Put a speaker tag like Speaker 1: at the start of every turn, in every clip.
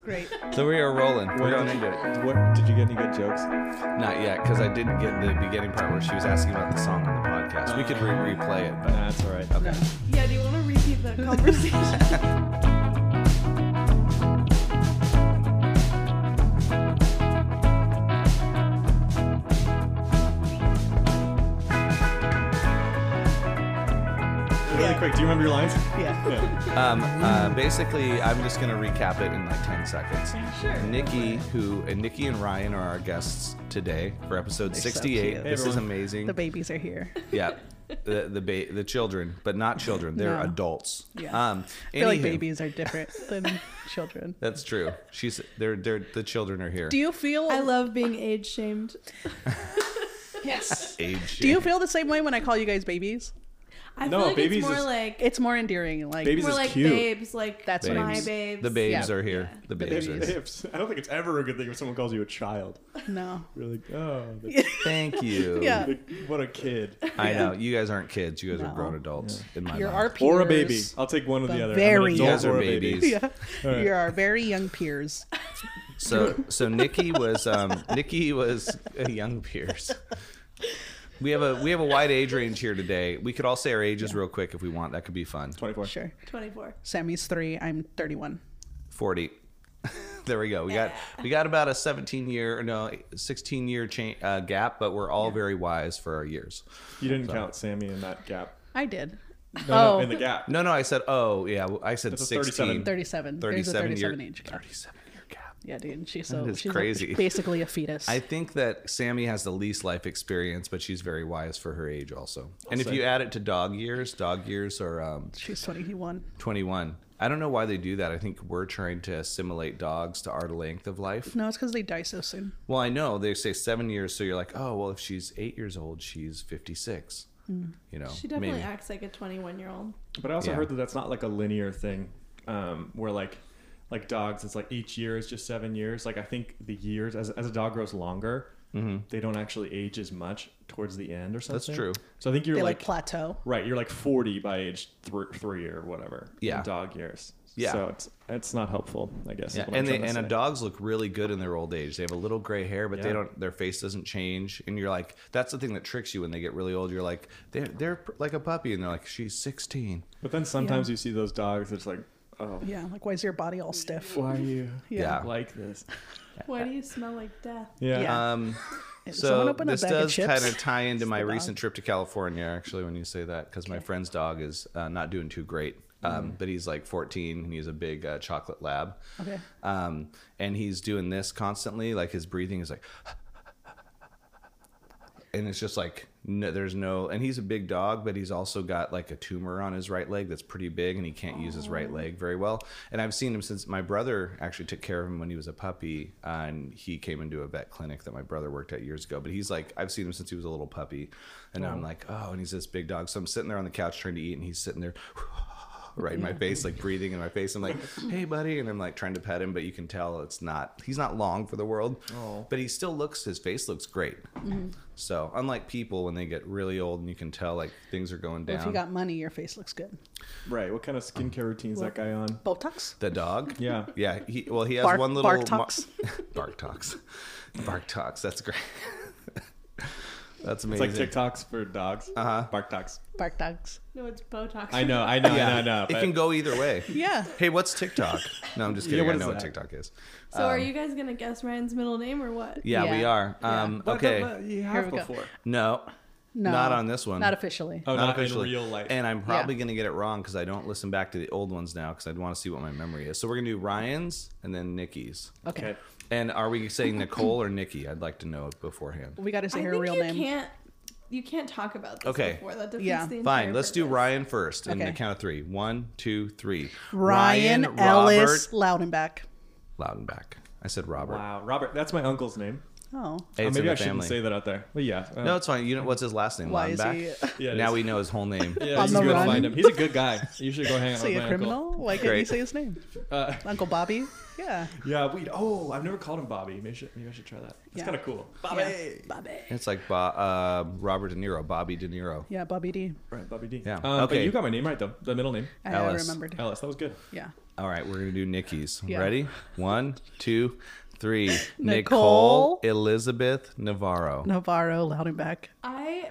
Speaker 1: Great.
Speaker 2: So we are rolling. We're
Speaker 3: What did,
Speaker 2: gonna-
Speaker 3: you get? what did you get any good jokes?
Speaker 2: Not yet, because I didn't get the beginning part where she was asking about the song on the podcast. We could re- replay it, but
Speaker 3: that's all right.
Speaker 2: okay.
Speaker 1: Yeah, do you want to repeat the conversation?
Speaker 3: Really quick, do you remember your lines?
Speaker 1: yeah.
Speaker 3: Yeah.
Speaker 2: Um, uh, basically, I'm just gonna recap it in like 10 seconds.
Speaker 1: Sure.
Speaker 2: Nikki, who and Nikki and Ryan are our guests today for episode
Speaker 1: so
Speaker 2: 68.
Speaker 1: cute.
Speaker 2: this is
Speaker 3: Everyone.
Speaker 2: amazing.
Speaker 1: The babies are here.
Speaker 2: yeah, the the ba- the children, but not children. They're
Speaker 1: No.
Speaker 2: adults.
Speaker 1: Yeah.
Speaker 2: Um,
Speaker 1: I feel like
Speaker 2: anywho,
Speaker 1: babies are different than children.
Speaker 2: That's true. She's they're they're the children are here.
Speaker 1: Do you feel
Speaker 4: I love being age shamed.
Speaker 1: Yes.
Speaker 2: Age.
Speaker 1: Do you feel the same way when I call you guys babies?
Speaker 4: I
Speaker 3: No,
Speaker 4: feel like
Speaker 3: babies
Speaker 4: it's more
Speaker 3: is-
Speaker 4: like
Speaker 1: It's more endearing. Like
Speaker 3: Babies
Speaker 4: more
Speaker 3: is
Speaker 4: like
Speaker 3: cute.
Speaker 4: babes, like
Speaker 1: That's what I
Speaker 4: my
Speaker 1: mean.
Speaker 4: babes.
Speaker 2: The babes
Speaker 1: Yeah.
Speaker 2: are here. The babes.
Speaker 1: babies.
Speaker 2: are here.
Speaker 3: I don't think it's ever a good thing if someone calls you a child.
Speaker 1: no.
Speaker 3: You're like, oh, the-
Speaker 2: Thank you.
Speaker 1: Yeah.
Speaker 3: the- what a kid.
Speaker 2: I know. You guys aren't kids. You guys
Speaker 1: No.
Speaker 2: are grown adults. In my
Speaker 1: You're
Speaker 2: mind.
Speaker 1: our peers.
Speaker 3: Or a baby. I'll take one or
Speaker 1: But
Speaker 3: the other. I'm an
Speaker 1: very
Speaker 3: adult
Speaker 2: You guys
Speaker 3: or
Speaker 2: are
Speaker 3: a baby.
Speaker 2: babies.
Speaker 1: Yeah.
Speaker 3: right.
Speaker 1: You're our very young peers.
Speaker 2: So so Nikki was um Nikki was a young Pierce. We have a we have a wide age range here today. We could all say our ages real quick if we want. That could be fun.
Speaker 3: 24.
Speaker 1: Sure.
Speaker 4: 24.
Speaker 1: Sammy's three. I'm 31.
Speaker 2: Forty. there we go. We got we got about a seventeen year or no sixteen year cha- uh, gap, but we're all very wise for our years.
Speaker 3: You didn't count Sammy in that gap.
Speaker 1: I did.
Speaker 3: No,
Speaker 1: Oh.
Speaker 3: no, in the gap.
Speaker 2: No, no, I said oh yeah. well, I said
Speaker 3: That's a
Speaker 2: sixteen.
Speaker 1: 37.
Speaker 3: 37.
Speaker 1: There's a
Speaker 2: 37 year-
Speaker 1: 37 age. gap.
Speaker 2: Thirty-seven year gap.
Speaker 1: Yeah, dude. She's so
Speaker 2: That is
Speaker 1: she's a-
Speaker 2: crazy.
Speaker 1: basically a fetus.
Speaker 2: I think that Sammy has the least life experience, but she's very wise for her age also. and if
Speaker 3: say.
Speaker 2: you add it to dog years, dog years are um,
Speaker 1: she's 21.
Speaker 2: 21. I don't know why they do that. I think we're trying to assimilate dogs to our length of life.
Speaker 1: No, it's because they die so soon.
Speaker 2: Well, I know they say seven years, so you're like, oh, well, if she's eight years old, she's 56. You know,
Speaker 4: Mm. She definitely
Speaker 2: maybe.
Speaker 4: acts like a 21 year old.
Speaker 3: But I also
Speaker 2: Yeah.
Speaker 3: heard that that's not like a linear thing, um, where like like dogs, it's like each year is just seven years. Like I think the years as as a dog grows longer, they don't actually age as much towards the end or something.
Speaker 2: Mm-hmm. true.
Speaker 3: So I think you're
Speaker 1: They like,
Speaker 3: like,
Speaker 1: plateau.
Speaker 3: right, you're like forty by age thr three or whatever. in
Speaker 2: Yeah.
Speaker 3: dog years.
Speaker 2: Yeah.
Speaker 3: So it's it's not helpful, I guess. is
Speaker 2: Yeah,
Speaker 3: what I'm
Speaker 2: and they,
Speaker 3: trying to
Speaker 2: and
Speaker 3: say.
Speaker 2: dogs look really good in their old age. They have a little gray hair, but they
Speaker 3: Yeah.
Speaker 2: don't. Their face doesn't change, and you're like, that's the thing that tricks you when they get really old. You're like, they're they're pr- like a puppy, and they're like, she's 16.
Speaker 3: But then sometimes you see those dogs. It's like, oh,
Speaker 1: Yeah, like why is your body all stiff?
Speaker 3: why are you
Speaker 2: Yeah.
Speaker 3: like this?
Speaker 4: Why do you smell like death?
Speaker 3: Yeah.
Speaker 1: Yeah.
Speaker 2: Um,
Speaker 1: Hey, someone
Speaker 2: so
Speaker 1: open a
Speaker 2: this
Speaker 1: bag of
Speaker 2: does
Speaker 1: chips.
Speaker 2: kind of tie into my
Speaker 1: the dog.
Speaker 2: recent trip to California, actually, when you say that, because my friend's dog is uh, not doing too great. Um,
Speaker 1: Mm.
Speaker 2: But he's like 14 and he's a big uh, chocolate lab.
Speaker 1: Okay.
Speaker 2: Um, and he's doing this constantly. Like his breathing is like, and it's just like, no, there's no, and he's a big dog, but he's also got like a tumor on his right leg that's pretty big and he can't use his right leg very well. And I've seen him since my brother actually took care of him when he was a puppy. uh, and he came into a vet clinic that my brother worked at years ago. But he's like, I've seen him since he was a little puppy. And I'm like, oh, and he's this big dog. So I'm sitting there on the couch trying to eat and he's sitting there right in my face, like breathing in my face. I'm like, hey, buddy. And I'm like trying to pet him, but you can tell it's not, he's not long for the world. But he still looks, his face looks great. So, unlike people when they get really old and you can tell like things are going
Speaker 1: Well, if you
Speaker 2: down,
Speaker 1: got money, your face looks good.
Speaker 3: Right. What kind of skincare routine is that guy on?
Speaker 1: Botox.
Speaker 2: the dog.
Speaker 3: Yeah.
Speaker 2: Yeah. He, well, he has
Speaker 1: Bark-
Speaker 2: one little
Speaker 1: Bartox.
Speaker 2: bark talks. Bark talks. That's great. That's
Speaker 3: It's
Speaker 2: amazing. Uh-huh.
Speaker 3: like TikToks for dogs. Uh huh. Bark dogs.
Speaker 1: Bark dogs.
Speaker 4: No, it's Botox.
Speaker 3: I know, I know, I know, I know.
Speaker 2: It
Speaker 3: but-
Speaker 2: can go either way.
Speaker 1: Yeah.
Speaker 2: Hey, what's TikTok? No, I'm just
Speaker 3: Yeah,
Speaker 2: kidding.
Speaker 3: what
Speaker 2: I
Speaker 3: is
Speaker 2: know what
Speaker 3: that?
Speaker 2: TikTok is.
Speaker 4: So are
Speaker 3: Um,
Speaker 4: you guys going to guess Ryan's middle name or what?
Speaker 2: Yeah, we
Speaker 1: Yeah.
Speaker 2: are.
Speaker 1: Yeah.
Speaker 2: Um,
Speaker 3: But
Speaker 2: okay.
Speaker 3: no, no, you
Speaker 1: we
Speaker 3: have
Speaker 1: go.
Speaker 3: before.
Speaker 2: No.
Speaker 1: No.
Speaker 2: Not on this one.
Speaker 1: Not officially.
Speaker 3: Oh,
Speaker 2: Not
Speaker 3: not, in
Speaker 2: officially.
Speaker 3: real life.
Speaker 2: And I'm probably going to get it wrong because I don't listen back to the old ones now because I'd want to see what my memory is. So we're going to do Ryan's and then Nikki's.
Speaker 1: okay.
Speaker 3: okay.
Speaker 2: And are we saying Nicole or Nikki? I'd like to know beforehand.
Speaker 1: We got to
Speaker 4: I
Speaker 1: say
Speaker 4: think
Speaker 1: her real
Speaker 4: you
Speaker 1: name.
Speaker 4: can't. You can't talk about this
Speaker 2: Okay.
Speaker 4: before. That defeats
Speaker 1: Yeah.
Speaker 4: the entire
Speaker 2: Fine, let's do
Speaker 4: purpose.
Speaker 2: Ryan first in the
Speaker 1: Okay.
Speaker 2: count of three. One, two, three.
Speaker 1: Ryan, Ellis Loudenback.
Speaker 2: Robert Loudenback. I said Robert.
Speaker 3: Wow, Robert, that's my uncle's name.
Speaker 1: Oh.
Speaker 2: Hey,
Speaker 3: Oh,
Speaker 2: it's in
Speaker 3: maybe
Speaker 2: the
Speaker 3: I shouldn't
Speaker 2: family.
Speaker 3: say that out there. But yeah, uh,
Speaker 2: No, it's fine. You know what's his last name?
Speaker 1: Why is
Speaker 2: Loudenback.
Speaker 1: he-
Speaker 3: Yeah, it
Speaker 2: now
Speaker 3: is.
Speaker 2: we know his whole name.
Speaker 3: yeah,
Speaker 1: on
Speaker 3: you
Speaker 1: the
Speaker 3: can go
Speaker 1: run?
Speaker 3: find him. He's a good guy. You should go hang out
Speaker 1: Is he
Speaker 3: with
Speaker 1: a
Speaker 3: my
Speaker 1: criminal? Why can't you
Speaker 2: Great.
Speaker 1: say his name?
Speaker 3: Uncle. Uh,
Speaker 1: Uncle Bobby? Yeah.
Speaker 3: yeah, we. Oh, I've never called him Bobby. Maybe I should, maybe I should try that. It's
Speaker 1: Yeah.
Speaker 3: kind of cool.
Speaker 1: Yeah. Bobby.
Speaker 2: It's like Bo- uh, Robert De Niro, Bobby De Niro.
Speaker 1: Yeah, Bobby D.
Speaker 3: Right, Bobby D.
Speaker 2: Yeah,
Speaker 3: Um,
Speaker 2: okay.
Speaker 3: But you got my name right though. The middle name,
Speaker 1: I
Speaker 2: Ellis.
Speaker 1: remembered.
Speaker 3: Ellis. That was good.
Speaker 1: Yeah.
Speaker 2: All right, we're gonna do Nikki's.
Speaker 1: Yeah.
Speaker 2: Ready? One, two, three.
Speaker 1: Nicole.
Speaker 2: Nicole Elizabeth Navarro.
Speaker 1: Navarro Loudenbeck.
Speaker 4: I.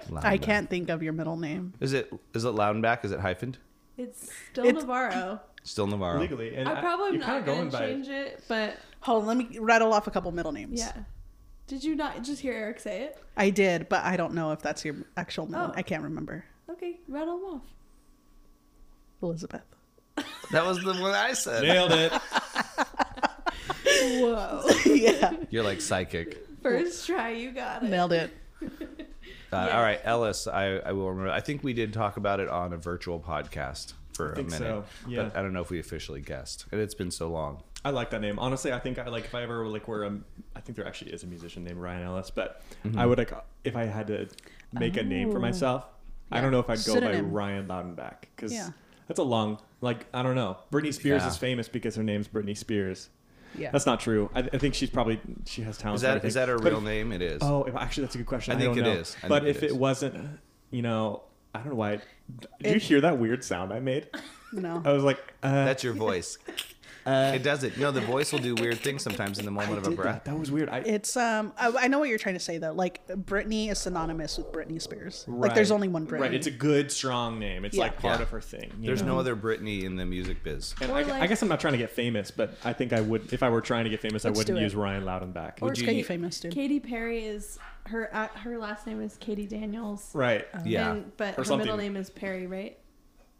Speaker 1: I
Speaker 2: Loudenback.
Speaker 1: can't think of your middle name.
Speaker 2: Is it is it Loudenback? Is it hyphened?
Speaker 4: It's still
Speaker 1: It's-
Speaker 4: Navarro.
Speaker 2: Still Navarro.
Speaker 3: legally. And
Speaker 4: I probably am
Speaker 3: you're
Speaker 4: not
Speaker 3: kinda
Speaker 4: going to change it, but
Speaker 1: Hold on, let me rattle off a couple middle names.
Speaker 4: yeah. Did you not just hear Eric say it?
Speaker 1: I did, but I don't know if that's your actual middle.
Speaker 4: Oh.
Speaker 1: I can't remember.
Speaker 4: Okay, rattle them off.
Speaker 1: Elizabeth.
Speaker 2: That was the one I said.
Speaker 3: Nailed it.
Speaker 4: Whoa.
Speaker 1: yeah.
Speaker 2: You're like psychic.
Speaker 4: First try, you got it.
Speaker 1: Nailed it.
Speaker 2: Uh,
Speaker 4: Yeah.
Speaker 2: All right, Ellis, I, I will remember. I think we did talk about it on a virtual podcast for
Speaker 3: I
Speaker 2: a
Speaker 3: think
Speaker 2: minute.
Speaker 3: so, yeah.
Speaker 2: But I don't know if we officially guessed. And it's been so long.
Speaker 3: I like that name. Honestly, I think I like if I ever like were um, I think there actually is a musician named Ryan Ellis, but
Speaker 2: Mm-hmm.
Speaker 3: I would like if I had to make a name for
Speaker 1: Oh.
Speaker 3: myself. I
Speaker 1: Yeah.
Speaker 3: don't know if I'd go
Speaker 1: Pseudonym.
Speaker 3: by Ryan Loudenback because
Speaker 1: Yeah.
Speaker 3: that's a long like I don't know. Britney Spears
Speaker 2: Yeah.
Speaker 3: is famous because her name's Britney Spears.
Speaker 1: Yeah.
Speaker 3: That's not true. I, I think she's probably she has talent.
Speaker 2: Is
Speaker 3: for
Speaker 2: that
Speaker 3: everything.
Speaker 2: is that her
Speaker 3: But
Speaker 2: real
Speaker 3: if-
Speaker 2: name? It is.
Speaker 3: Oh, if- actually, that's a good question.
Speaker 2: I
Speaker 3: I,
Speaker 2: think
Speaker 3: don't
Speaker 2: it
Speaker 3: know.
Speaker 2: is. I
Speaker 3: but
Speaker 2: think
Speaker 3: if
Speaker 2: it
Speaker 3: it
Speaker 2: is.
Speaker 3: wasn't, you know, I don't know why. Did you
Speaker 1: It-
Speaker 3: hear that weird sound I made?
Speaker 1: no.
Speaker 3: I was like, uh,
Speaker 2: That's your voice. it does it. No, the voice will do weird things sometimes in the
Speaker 3: I
Speaker 2: moment of a
Speaker 3: did
Speaker 2: breath.
Speaker 3: That. that was weird. I,
Speaker 1: It's um. I, I know what you're trying to say though. Like Britney is synonymous with Britney Spears. Like there's
Speaker 3: Right.
Speaker 1: only one Britney.
Speaker 3: Right. It's a good, strong name. It's
Speaker 1: Yeah.
Speaker 3: like part
Speaker 2: Yeah.
Speaker 3: of her thing. you
Speaker 2: There's
Speaker 3: know?
Speaker 2: no other Britney in the music biz.
Speaker 3: And
Speaker 4: Or
Speaker 3: I,
Speaker 4: like-
Speaker 3: I guess I'm not trying to get famous, but I think I would if I were trying to get famous,
Speaker 1: Let's
Speaker 3: I
Speaker 1: do
Speaker 3: wouldn't
Speaker 1: it.
Speaker 3: use Ryan Loudenback.
Speaker 1: Or
Speaker 2: Would
Speaker 1: it's
Speaker 2: you-
Speaker 1: because you're famous, dude.
Speaker 4: Katy Perry is her. Uh, her last name is Katie Daniels.
Speaker 3: right.
Speaker 1: Um,
Speaker 2: Yeah.
Speaker 4: And, but
Speaker 3: Or
Speaker 4: her middle
Speaker 3: something.
Speaker 4: name is Perry, right?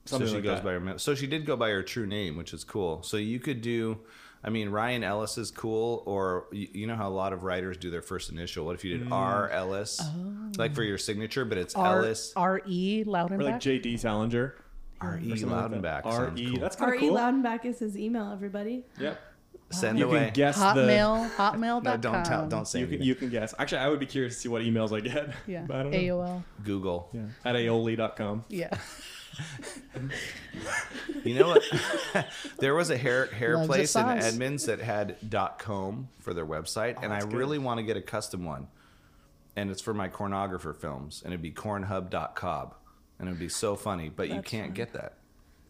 Speaker 2: so
Speaker 3: Something
Speaker 2: she
Speaker 3: like
Speaker 2: goes
Speaker 3: that.
Speaker 2: by her. mi- So she did go by her true name, which is cool. So you could do. I mean, Ryan Ellis is cool, or you, you know how a lot of writers do their first initial. What if you did
Speaker 3: Mm.
Speaker 2: R Ellis,
Speaker 3: Oh.
Speaker 2: like for your signature, but it's
Speaker 1: R
Speaker 2: Ellis
Speaker 1: R E
Speaker 3: Or like
Speaker 1: Loudenbeck.
Speaker 3: J.D. Salinger.
Speaker 2: R E
Speaker 3: or something like
Speaker 2: Loudenback.
Speaker 3: that.
Speaker 2: sounds
Speaker 3: R.E.
Speaker 2: cool.
Speaker 3: E. That's kind
Speaker 4: R.E.
Speaker 1: E
Speaker 3: of cool.
Speaker 4: Loudenback is his email, everybody.
Speaker 3: Yep.
Speaker 2: Send
Speaker 3: You
Speaker 2: away.
Speaker 3: can guess the.
Speaker 1: Hotmail. Hotmail.
Speaker 2: no, don't tell. Don't say
Speaker 3: You can,
Speaker 2: anything.
Speaker 3: you can guess. Actually, I would be curious to see what emails I get.
Speaker 1: Yeah.
Speaker 3: But I don't know.
Speaker 1: AOL.
Speaker 2: Google.
Speaker 3: Yeah. At aioli.com.
Speaker 1: Yeah.
Speaker 2: You know what? there was a hair hair
Speaker 1: Loves a
Speaker 2: place in
Speaker 1: sauce. Oh,
Speaker 2: Edmonds that had .com for their website, and I
Speaker 3: that's good.
Speaker 2: really want to get a custom one. And it's for my cornographer films, and it'd be cornhub.cob, and it'd be so funny. But you
Speaker 1: That's
Speaker 2: can't get that.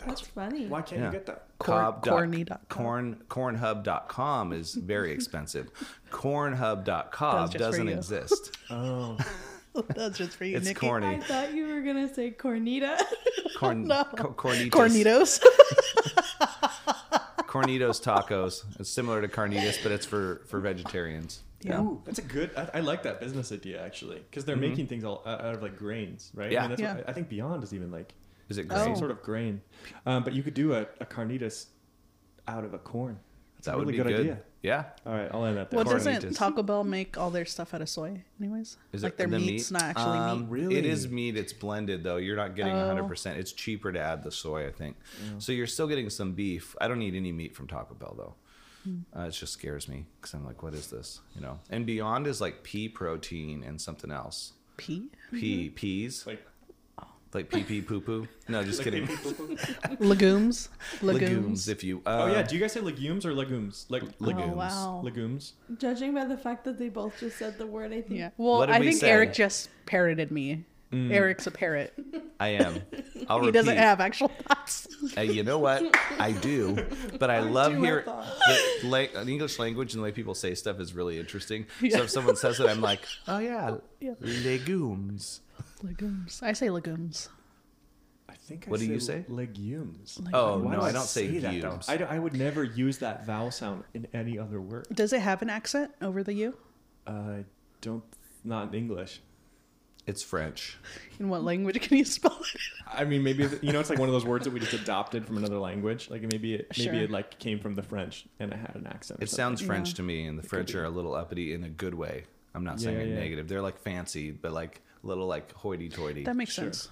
Speaker 4: That's, funny.
Speaker 3: Why can't
Speaker 2: Yeah.
Speaker 3: you get that?
Speaker 1: Corn-
Speaker 2: Cob dot-
Speaker 1: corny dot com.
Speaker 2: corn cornhub.com is very expensive. cornhub.cob
Speaker 1: just for
Speaker 2: doesn't
Speaker 1: you.
Speaker 2: exist.
Speaker 3: Oh.
Speaker 1: That's just for you,
Speaker 2: It's
Speaker 1: Nikki.
Speaker 4: I
Speaker 2: corny.
Speaker 4: thought you were gonna say Cornita.
Speaker 2: Corn,
Speaker 1: No.
Speaker 2: co- cornitas.
Speaker 1: Cornitos.
Speaker 2: Cornitos tacos. It's similar to carnitas, but it's for for vegetarians.
Speaker 1: Yeah.
Speaker 3: Ooh, that's a good. I, I like that business idea actually, because they're making things all out out of like grains, right?
Speaker 2: Mm-hmm. Yeah.
Speaker 3: I, mean, that's
Speaker 1: Yeah.
Speaker 3: What, I think Beyond is even like
Speaker 2: Is it
Speaker 1: Oh.
Speaker 2: great?
Speaker 3: some sort of grain, um, but you could do a, a carnitas out of a corn. That's
Speaker 2: That
Speaker 3: a
Speaker 2: would
Speaker 3: really
Speaker 2: be
Speaker 3: good,
Speaker 2: good.
Speaker 3: idea.
Speaker 2: Yeah.
Speaker 3: All right, I'll end that there.
Speaker 1: well,
Speaker 2: Cornitas.
Speaker 1: doesn't Taco Bell make all their stuff out of soy, anyways?
Speaker 2: Is
Speaker 1: like
Speaker 2: it
Speaker 1: their
Speaker 2: the
Speaker 1: meat's
Speaker 2: meat?
Speaker 1: not actually
Speaker 2: Um,
Speaker 1: meat.
Speaker 3: Really?
Speaker 2: It is meat. It's blended though. You're not getting
Speaker 1: Oh.
Speaker 2: 100%. It's cheaper to add the soy, I think. So you're still getting some beef. I don't need any meat from Taco Bell though.
Speaker 1: Hmm.
Speaker 2: Uh, it just scares me because I'm like, what is this? You know. And Beyond is like pea protein and something else.
Speaker 1: Pea?
Speaker 2: Pea peas, like,
Speaker 3: like
Speaker 2: pee pee poo poo. No, just
Speaker 3: like
Speaker 2: kidding.
Speaker 3: people-
Speaker 1: Legumes. Legumes.
Speaker 2: Legumes, if you. Uh,
Speaker 3: oh yeah, do you guys say legumes or legumes? Like
Speaker 2: legumes.
Speaker 1: Oh, wow.
Speaker 3: legumes.
Speaker 4: Judging by the fact that they both just said the word, I think.
Speaker 1: Yeah. Well,
Speaker 2: What did
Speaker 1: I
Speaker 2: we
Speaker 1: think
Speaker 2: say?
Speaker 1: Eric just parroted me. Eric's a parrot.
Speaker 2: I am. I'll
Speaker 1: he doesn't
Speaker 2: repeat.
Speaker 1: have actual thoughts.
Speaker 2: Uh, you know what? I do, but I love
Speaker 3: do have
Speaker 2: hearing
Speaker 3: thoughts.
Speaker 2: the la- the English language and the way people say stuff is really interesting. So if someone says it, I'm like, oh yeah,
Speaker 1: Yeah.
Speaker 2: legumes.
Speaker 1: legumes. I say legumes.
Speaker 3: I think. I
Speaker 2: What do you say?
Speaker 3: Legumes.
Speaker 2: Oh
Speaker 3: Why
Speaker 2: no,
Speaker 3: do
Speaker 2: I don't say
Speaker 3: that, though?
Speaker 2: legumes.
Speaker 3: I, don't- I would never use that vowel sound in any other word.
Speaker 1: Does it have an accent over the U?
Speaker 3: I Uh, don't. Not in English.
Speaker 2: It's French.
Speaker 1: In what language can you spell it?
Speaker 3: I mean, maybe you know, it's like one of those words that we just adopted from another language. Like maybe it, maybe
Speaker 1: Sure.
Speaker 3: it like came from the French and it had an accent. or
Speaker 2: It
Speaker 3: something.
Speaker 2: sounds French
Speaker 1: Yeah.
Speaker 2: to me, and the French
Speaker 3: be.
Speaker 2: are a little uppity in a good way. I'm not saying
Speaker 3: Yeah,
Speaker 2: it
Speaker 3: yeah.
Speaker 2: negative. They're like fancy, but like little like hoity-toity.
Speaker 1: That makes
Speaker 3: Sure.
Speaker 1: sense.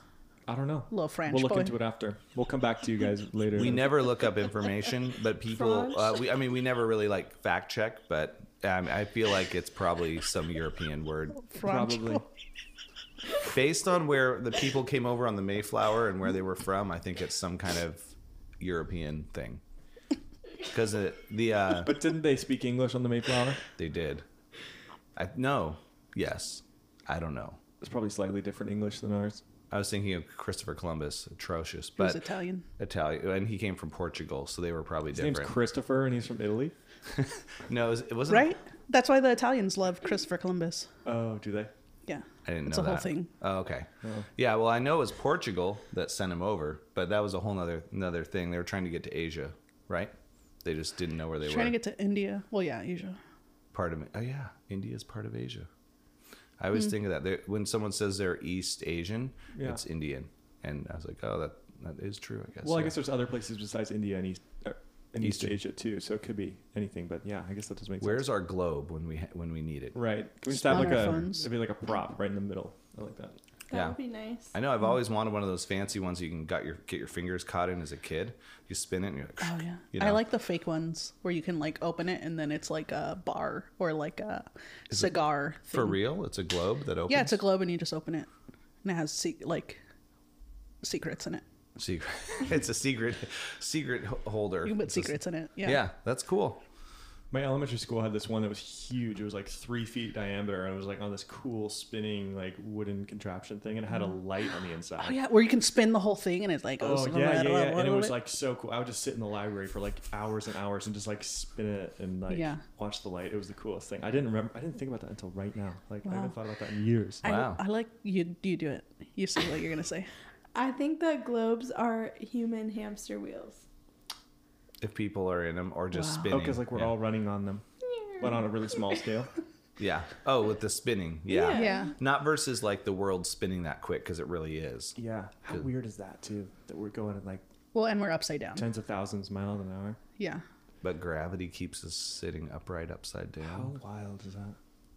Speaker 3: I don't know.
Speaker 1: Little French
Speaker 3: We'll look
Speaker 1: boy.
Speaker 3: into it after. We'll come back to you guys later.
Speaker 2: we never look up information, but people.
Speaker 4: French.
Speaker 2: Uh, we, I mean, we never really like fact check, but um, I feel like it's probably some European word.
Speaker 1: French.
Speaker 3: probably.
Speaker 2: based on where the people came over on the Mayflower and where they were from, I think it's some kind of European thing. Because the uh,
Speaker 3: But didn't they speak English on the Mayflower?
Speaker 2: they did. I no, yes, I don't know.
Speaker 3: It's probably slightly different English than ours.
Speaker 2: I was thinking of Christopher Columbus, atrocious,
Speaker 1: He was
Speaker 2: but
Speaker 1: Italian.
Speaker 2: Italian, and he came from Portugal, so they were probably
Speaker 3: His name's
Speaker 2: different.
Speaker 3: Christopher, and he's from Italy.
Speaker 2: no, it, was, it wasn't
Speaker 1: Right? That's why the Italians loved Christopher Columbus.
Speaker 3: Oh, do they?
Speaker 1: Yeah.
Speaker 2: I didn't
Speaker 1: It's
Speaker 2: know
Speaker 1: a whole
Speaker 2: that.
Speaker 1: thing.
Speaker 2: Oh, okay. Yeah, well, I know it was Portugal that sent him over, but that was a whole nother another thing. They were trying to get to Asia, right? They just didn't know where they
Speaker 1: Trying
Speaker 2: were.
Speaker 1: to get to India. Well, yeah, Asia.
Speaker 2: part of oh yeah, India is part of Asia. I always
Speaker 1: Hmm.
Speaker 2: think of that they, when someone says they're East Asian,
Speaker 3: Yeah.
Speaker 2: it's Indian, and I was like, oh, that that is true. I guess.
Speaker 3: Well, I
Speaker 2: yeah.
Speaker 3: guess there's other places besides India and East er, and East
Speaker 2: Eastern.
Speaker 3: Asia too, so it could be anything. But yeah, I guess that does make sense.
Speaker 2: Where's our globe when we ha- when we need it?
Speaker 3: Right. Can we just have
Speaker 1: On
Speaker 3: like
Speaker 1: our
Speaker 3: a
Speaker 1: phones.
Speaker 3: it'd be like a prop right in the middle. I like that.
Speaker 4: That
Speaker 2: Yeah.
Speaker 4: would be nice.
Speaker 2: I know
Speaker 1: Hmm.
Speaker 2: I've always wanted one of those fancy ones you can got your get your fingers caught in as a kid. You spin it and you're like,
Speaker 1: Oh yeah.
Speaker 2: you
Speaker 1: I
Speaker 2: know?
Speaker 1: like the fake ones where you can like open it and then it's like a bar or like a cigar.
Speaker 2: for
Speaker 1: thing.
Speaker 2: real. It's a globe that opens.
Speaker 1: Yeah, it's a globe and you just open it and it has se- like secrets in it.
Speaker 2: secret. it's a secret secret h- holder.
Speaker 1: You can put
Speaker 2: It's a-
Speaker 1: secrets in it.
Speaker 2: yeah.
Speaker 1: Yeah.
Speaker 2: that's cool.
Speaker 3: My elementary school had this one that was huge. It was like three feet diameter, and it was like on this cool spinning like wooden contraption thing, and it had a light on the inside.
Speaker 1: Mm. Oh yeah, where you can spin the whole thing and it's like
Speaker 3: Oh
Speaker 1: goes blah,
Speaker 3: yeah,
Speaker 1: blah,
Speaker 3: yeah,
Speaker 1: blah,
Speaker 3: yeah.
Speaker 1: blah,
Speaker 3: and it
Speaker 1: blah,
Speaker 3: was
Speaker 1: blah.
Speaker 3: like so cool. I would just sit in the library for like hours and hours and just like spin it and like
Speaker 1: Yeah.
Speaker 3: watch the light. It was the coolest thing. I didn't remember. I didn't think about that until right now. Like I
Speaker 1: Wow.
Speaker 3: haven't thought about that in years.
Speaker 1: I,
Speaker 2: Wow.
Speaker 1: I like you. You do it. You see what you're gonna say.
Speaker 4: I think that globes are human hamster wheels.
Speaker 2: If people are in them or just
Speaker 1: Wow.
Speaker 2: spinning.
Speaker 3: Oh, because like we're
Speaker 2: yeah.
Speaker 3: all running on them, but on a really small scale.
Speaker 2: Yeah. Oh, with the spinning. Yeah.
Speaker 4: Yeah.
Speaker 2: Not versus like the world spinning that quick because it really is.
Speaker 3: Yeah. How
Speaker 2: Good.
Speaker 3: weird is that too? That we're going at like
Speaker 1: Well, and we're upside down.
Speaker 3: tens of thousands of miles an hour.
Speaker 1: Yeah.
Speaker 2: But gravity keeps us sitting upright, upside down.
Speaker 3: How wild is that?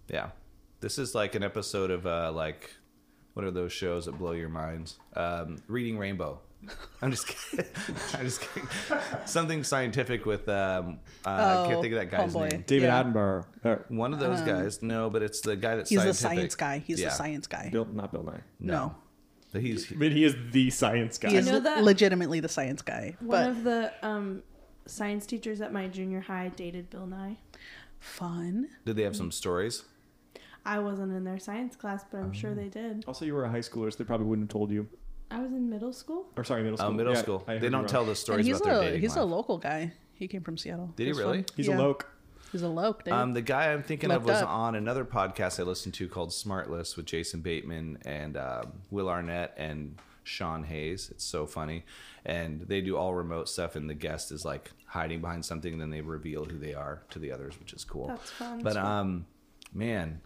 Speaker 2: Yeah. This is like an episode of uh like what are those shows that blow your minds? Um Reading Rainbow. I'm just kidding. I'm just kidding. Something scientific with um uh, I can't
Speaker 1: Oh,
Speaker 2: think of that guy's
Speaker 1: homeboy.
Speaker 2: name.
Speaker 3: David
Speaker 1: Yeah.
Speaker 3: Attenborough. Or
Speaker 2: One of those guys. No, but it's the guy that's
Speaker 1: He's the
Speaker 2: scientific.
Speaker 1: science guy. He's
Speaker 2: Yeah.
Speaker 1: the science guy.
Speaker 3: Bill, not Bill Nye.
Speaker 1: No.
Speaker 2: But He's
Speaker 3: But he is the science guy.
Speaker 1: He is
Speaker 4: know that-
Speaker 1: legitimately the science guy.
Speaker 4: One
Speaker 1: But
Speaker 4: of the um, science teachers at my junior high dated Bill Nye.
Speaker 1: fun.
Speaker 2: did they have some stories?
Speaker 4: I wasn't in their science class, but I'm
Speaker 3: Oh.
Speaker 4: sure they did.
Speaker 3: Also, you were a high schooler, so they probably wouldn't have told you.
Speaker 4: I was in middle school.
Speaker 3: Or sorry, middle
Speaker 2: Oh,
Speaker 3: school.
Speaker 2: middle
Speaker 3: Yeah,
Speaker 2: school.
Speaker 3: I heard
Speaker 2: They
Speaker 3: you
Speaker 2: don't
Speaker 3: wrong.
Speaker 2: tell the
Speaker 1: And
Speaker 2: stories
Speaker 1: he's
Speaker 2: about their
Speaker 1: a
Speaker 2: dating
Speaker 1: he's a
Speaker 2: life.
Speaker 1: local guy. He came from Seattle.
Speaker 2: Did he
Speaker 1: was
Speaker 2: really?
Speaker 1: fun.
Speaker 3: He's
Speaker 1: Yeah.
Speaker 3: a loke.
Speaker 1: He's a loke. Dude.
Speaker 2: Um, the guy I'm thinking of
Speaker 1: Looked
Speaker 2: was
Speaker 1: up.
Speaker 2: on another podcast I listened to called Smart List with Jason Bateman and um, Will Arnett and Sean Hayes. It's so funny. And they do all remote stuff, and the guest is like hiding behind something, and then they reveal who they are to the others, which is cool.
Speaker 4: That's fun.
Speaker 2: But
Speaker 4: That's fun.
Speaker 2: um, man,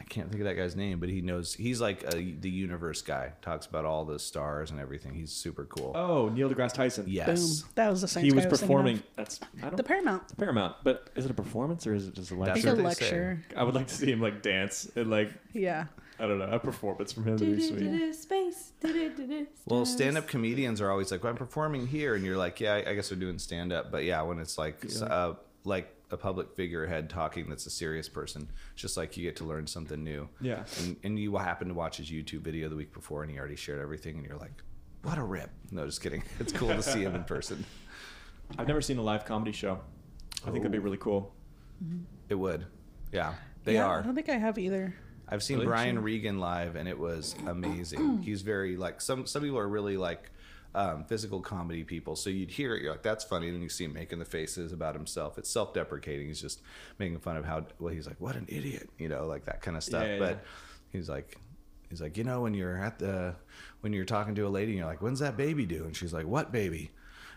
Speaker 2: I can't think of that guy's name, but he knows he's like a, the universe guy. Talks about all the stars and everything. He's super cool.
Speaker 3: Oh, Neil deGrasse Tyson.
Speaker 1: Boom.
Speaker 2: yes,
Speaker 1: That was the science
Speaker 3: He
Speaker 1: guy
Speaker 3: was
Speaker 1: I thinking
Speaker 3: performing.
Speaker 1: of.
Speaker 3: That's I don't,
Speaker 1: the Paramount.
Speaker 3: it's Paramount. But is it a performance or is it just a
Speaker 1: I
Speaker 3: lecture?
Speaker 2: That's
Speaker 1: think a
Speaker 2: what they
Speaker 1: lecture.
Speaker 3: I would like to see him like dance and like
Speaker 1: Yeah.
Speaker 3: I don't know a performance from him. Would be sweet.
Speaker 4: Do-do-do-do, Space. do-do-do-do,
Speaker 2: Well,
Speaker 4: stars.
Speaker 2: stand up comedians are always like, well, I'm performing here. And you're like, yeah, I I guess they're doing stand up. But yeah, when it's like, s uh, like a public figurehead talking that's a serious person, it's just like you get to learn something new.
Speaker 3: Yeah.
Speaker 2: And, and you happen to watch his YouTube video the week before and he already shared everything. And you're like, what a rip. No, just kidding. It's cool to see him in person.
Speaker 3: I've never seen a live comedy show. I think that'd be really cool.
Speaker 2: It would. Yeah. They
Speaker 1: Yeah, I
Speaker 2: are.
Speaker 1: don't think I have either.
Speaker 2: I've seen
Speaker 3: Really?
Speaker 2: Brian Regan live, and it was amazing. He's very like some some people are really like um, physical comedy people. So you'd hear it, you're like, "That's funny," and then you see him making the faces about himself. It's self deprecating. He's just making fun of how well he's like, "What an idiot," you know, like that kind of stuff.
Speaker 3: Yeah, yeah,
Speaker 2: but
Speaker 3: yeah.
Speaker 2: he's like. He's like, you know, when you're at the, when you're talking to a lady, and you're like, "When's that baby due?" And she's like, "What baby?"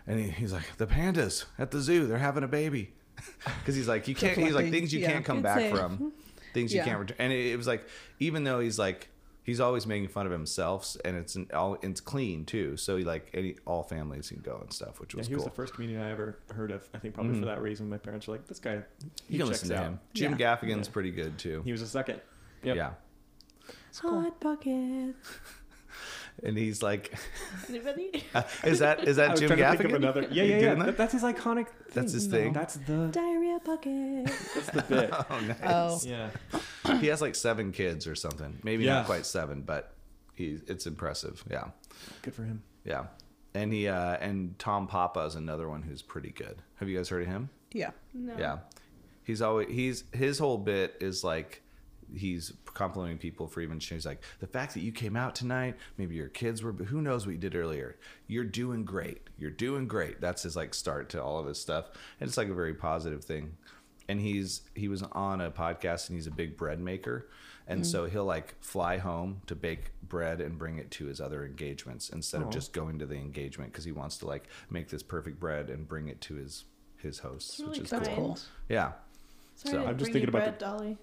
Speaker 2: And he, he's like, "The pandas at the zoo. They're having a baby." Because he's like, you can't. He's like,
Speaker 1: Deflecting,
Speaker 2: things you
Speaker 1: yeah.
Speaker 2: can't come
Speaker 4: Good
Speaker 2: back
Speaker 4: save.
Speaker 2: from, things you
Speaker 1: Mm-hmm. Yeah.
Speaker 2: can't return. And it, it was like, even though he's like, he's always making fun of himself, and it's an, all it's clean too. So he like any all families can go and stuff, which
Speaker 3: Yeah,
Speaker 2: was
Speaker 3: he was
Speaker 2: cool. Mm-hmm.
Speaker 3: the first comedian I ever heard of. I think probably for that reason, my parents were like, "This guy, he
Speaker 2: you can
Speaker 3: checks
Speaker 2: listen to
Speaker 3: out."
Speaker 2: him. Jim
Speaker 1: Yeah.
Speaker 2: Gaffigan's
Speaker 3: Yeah.
Speaker 2: pretty good too.
Speaker 3: He was a second. Yep.
Speaker 2: Yeah,
Speaker 4: Hot pockets.
Speaker 2: and he's like,
Speaker 4: Anybody?
Speaker 2: is that is that
Speaker 3: I was
Speaker 2: Jim
Speaker 3: trying
Speaker 2: Gaffigan?
Speaker 3: to think of another.
Speaker 2: You
Speaker 3: Yeah, yeah, yeah.
Speaker 2: doing that?
Speaker 3: That- That's his iconic.
Speaker 2: That's his
Speaker 3: No,
Speaker 2: thing.
Speaker 3: That's the.
Speaker 4: Diarrhea pocket.
Speaker 3: That's the bit.
Speaker 2: Oh, nice.
Speaker 1: Oh,
Speaker 3: yeah.
Speaker 2: he has like seven kids or something. Maybe
Speaker 3: Yeah.
Speaker 2: not quite seven, but he's it's impressive. Yeah.
Speaker 3: Good for him.
Speaker 2: Yeah. And he uh and Tom Papa is another one who's pretty good. Have you guys heard of him?
Speaker 1: yeah.
Speaker 4: No.
Speaker 2: Yeah. He's always he's his whole bit is like he's complimenting people for even changing. He's like, the fact that you came out tonight, maybe your kids were, but who knows what you did earlier? You're doing great. You're doing great. That's his like start to all of his stuff, and it's like a very positive thing. And he's he was on a podcast, and he's a big bread maker, and
Speaker 4: Mm-hmm.
Speaker 2: so he'll like fly home to bake bread and bring it to his other engagements instead of just going to the engagement because he wants to like make this perfect bread and bring it to his his hosts, which
Speaker 4: That's really
Speaker 2: is
Speaker 1: That's
Speaker 4: Fine.
Speaker 1: cool.
Speaker 2: yeah.
Speaker 4: Sorry
Speaker 2: So-
Speaker 4: to
Speaker 2: I'm
Speaker 3: just
Speaker 4: bring
Speaker 3: thinking
Speaker 4: you
Speaker 3: about
Speaker 4: bread,
Speaker 3: the-
Speaker 4: Dolly.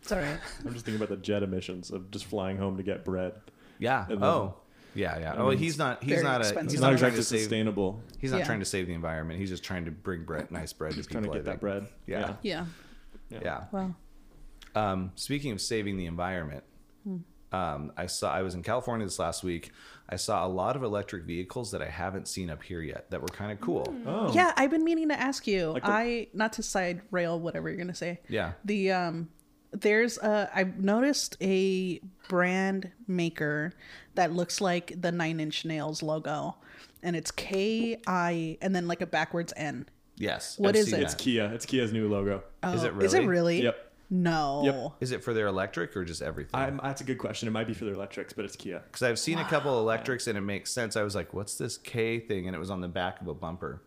Speaker 1: It's all right.
Speaker 3: I'm just thinking about the jet emissions of just flying home to get bread.
Speaker 2: Yeah.
Speaker 3: And then-
Speaker 2: oh. Yeah, yeah. oh,
Speaker 3: mean,
Speaker 2: he's not. He's
Speaker 1: very
Speaker 2: not. A,
Speaker 1: expensive.
Speaker 2: he's
Speaker 3: It's
Speaker 2: not,
Speaker 3: not
Speaker 2: trying
Speaker 3: exactly
Speaker 2: to save.
Speaker 3: sustainable.
Speaker 2: He's not
Speaker 1: Yeah.
Speaker 2: trying to save the environment. He's just trying to bring bread, nice bread to
Speaker 3: Just
Speaker 2: people.
Speaker 3: trying to get
Speaker 2: I think.
Speaker 3: that bread.
Speaker 2: Yeah.
Speaker 1: Yeah.
Speaker 2: Yeah.
Speaker 1: Wow.
Speaker 2: Um, speaking of saving the environment,
Speaker 1: Hmm.
Speaker 2: um, I saw. I was in California this last week. I saw a lot of electric vehicles that I haven't seen up here yet. That were kind of cool.
Speaker 1: Hmm.
Speaker 3: Oh.
Speaker 1: Yeah, I've been meaning to ask you.
Speaker 3: Like the-
Speaker 1: I not to side rail whatever you're gonna say.
Speaker 2: Yeah.
Speaker 1: The um there's a I've noticed a brand maker that looks like the nine inch nails logo. And it's K I and then like a backwards N.
Speaker 2: Yes.
Speaker 1: What
Speaker 2: What
Speaker 1: is
Speaker 2: is
Speaker 1: it?
Speaker 3: It's Kia. It's Kia's new logo.
Speaker 2: Is it
Speaker 1: Oh, Is it
Speaker 2: really?
Speaker 1: really?
Speaker 3: Yep.
Speaker 1: No.
Speaker 3: Yep.
Speaker 2: Is it for their electric or just everything?
Speaker 3: I'm, that's a good question. It might be for their electrics, but it's Kia.
Speaker 2: because I've seen a couple electrics and it makes sense. I was like, "What's this K thing?" And it was on the back of a bumper.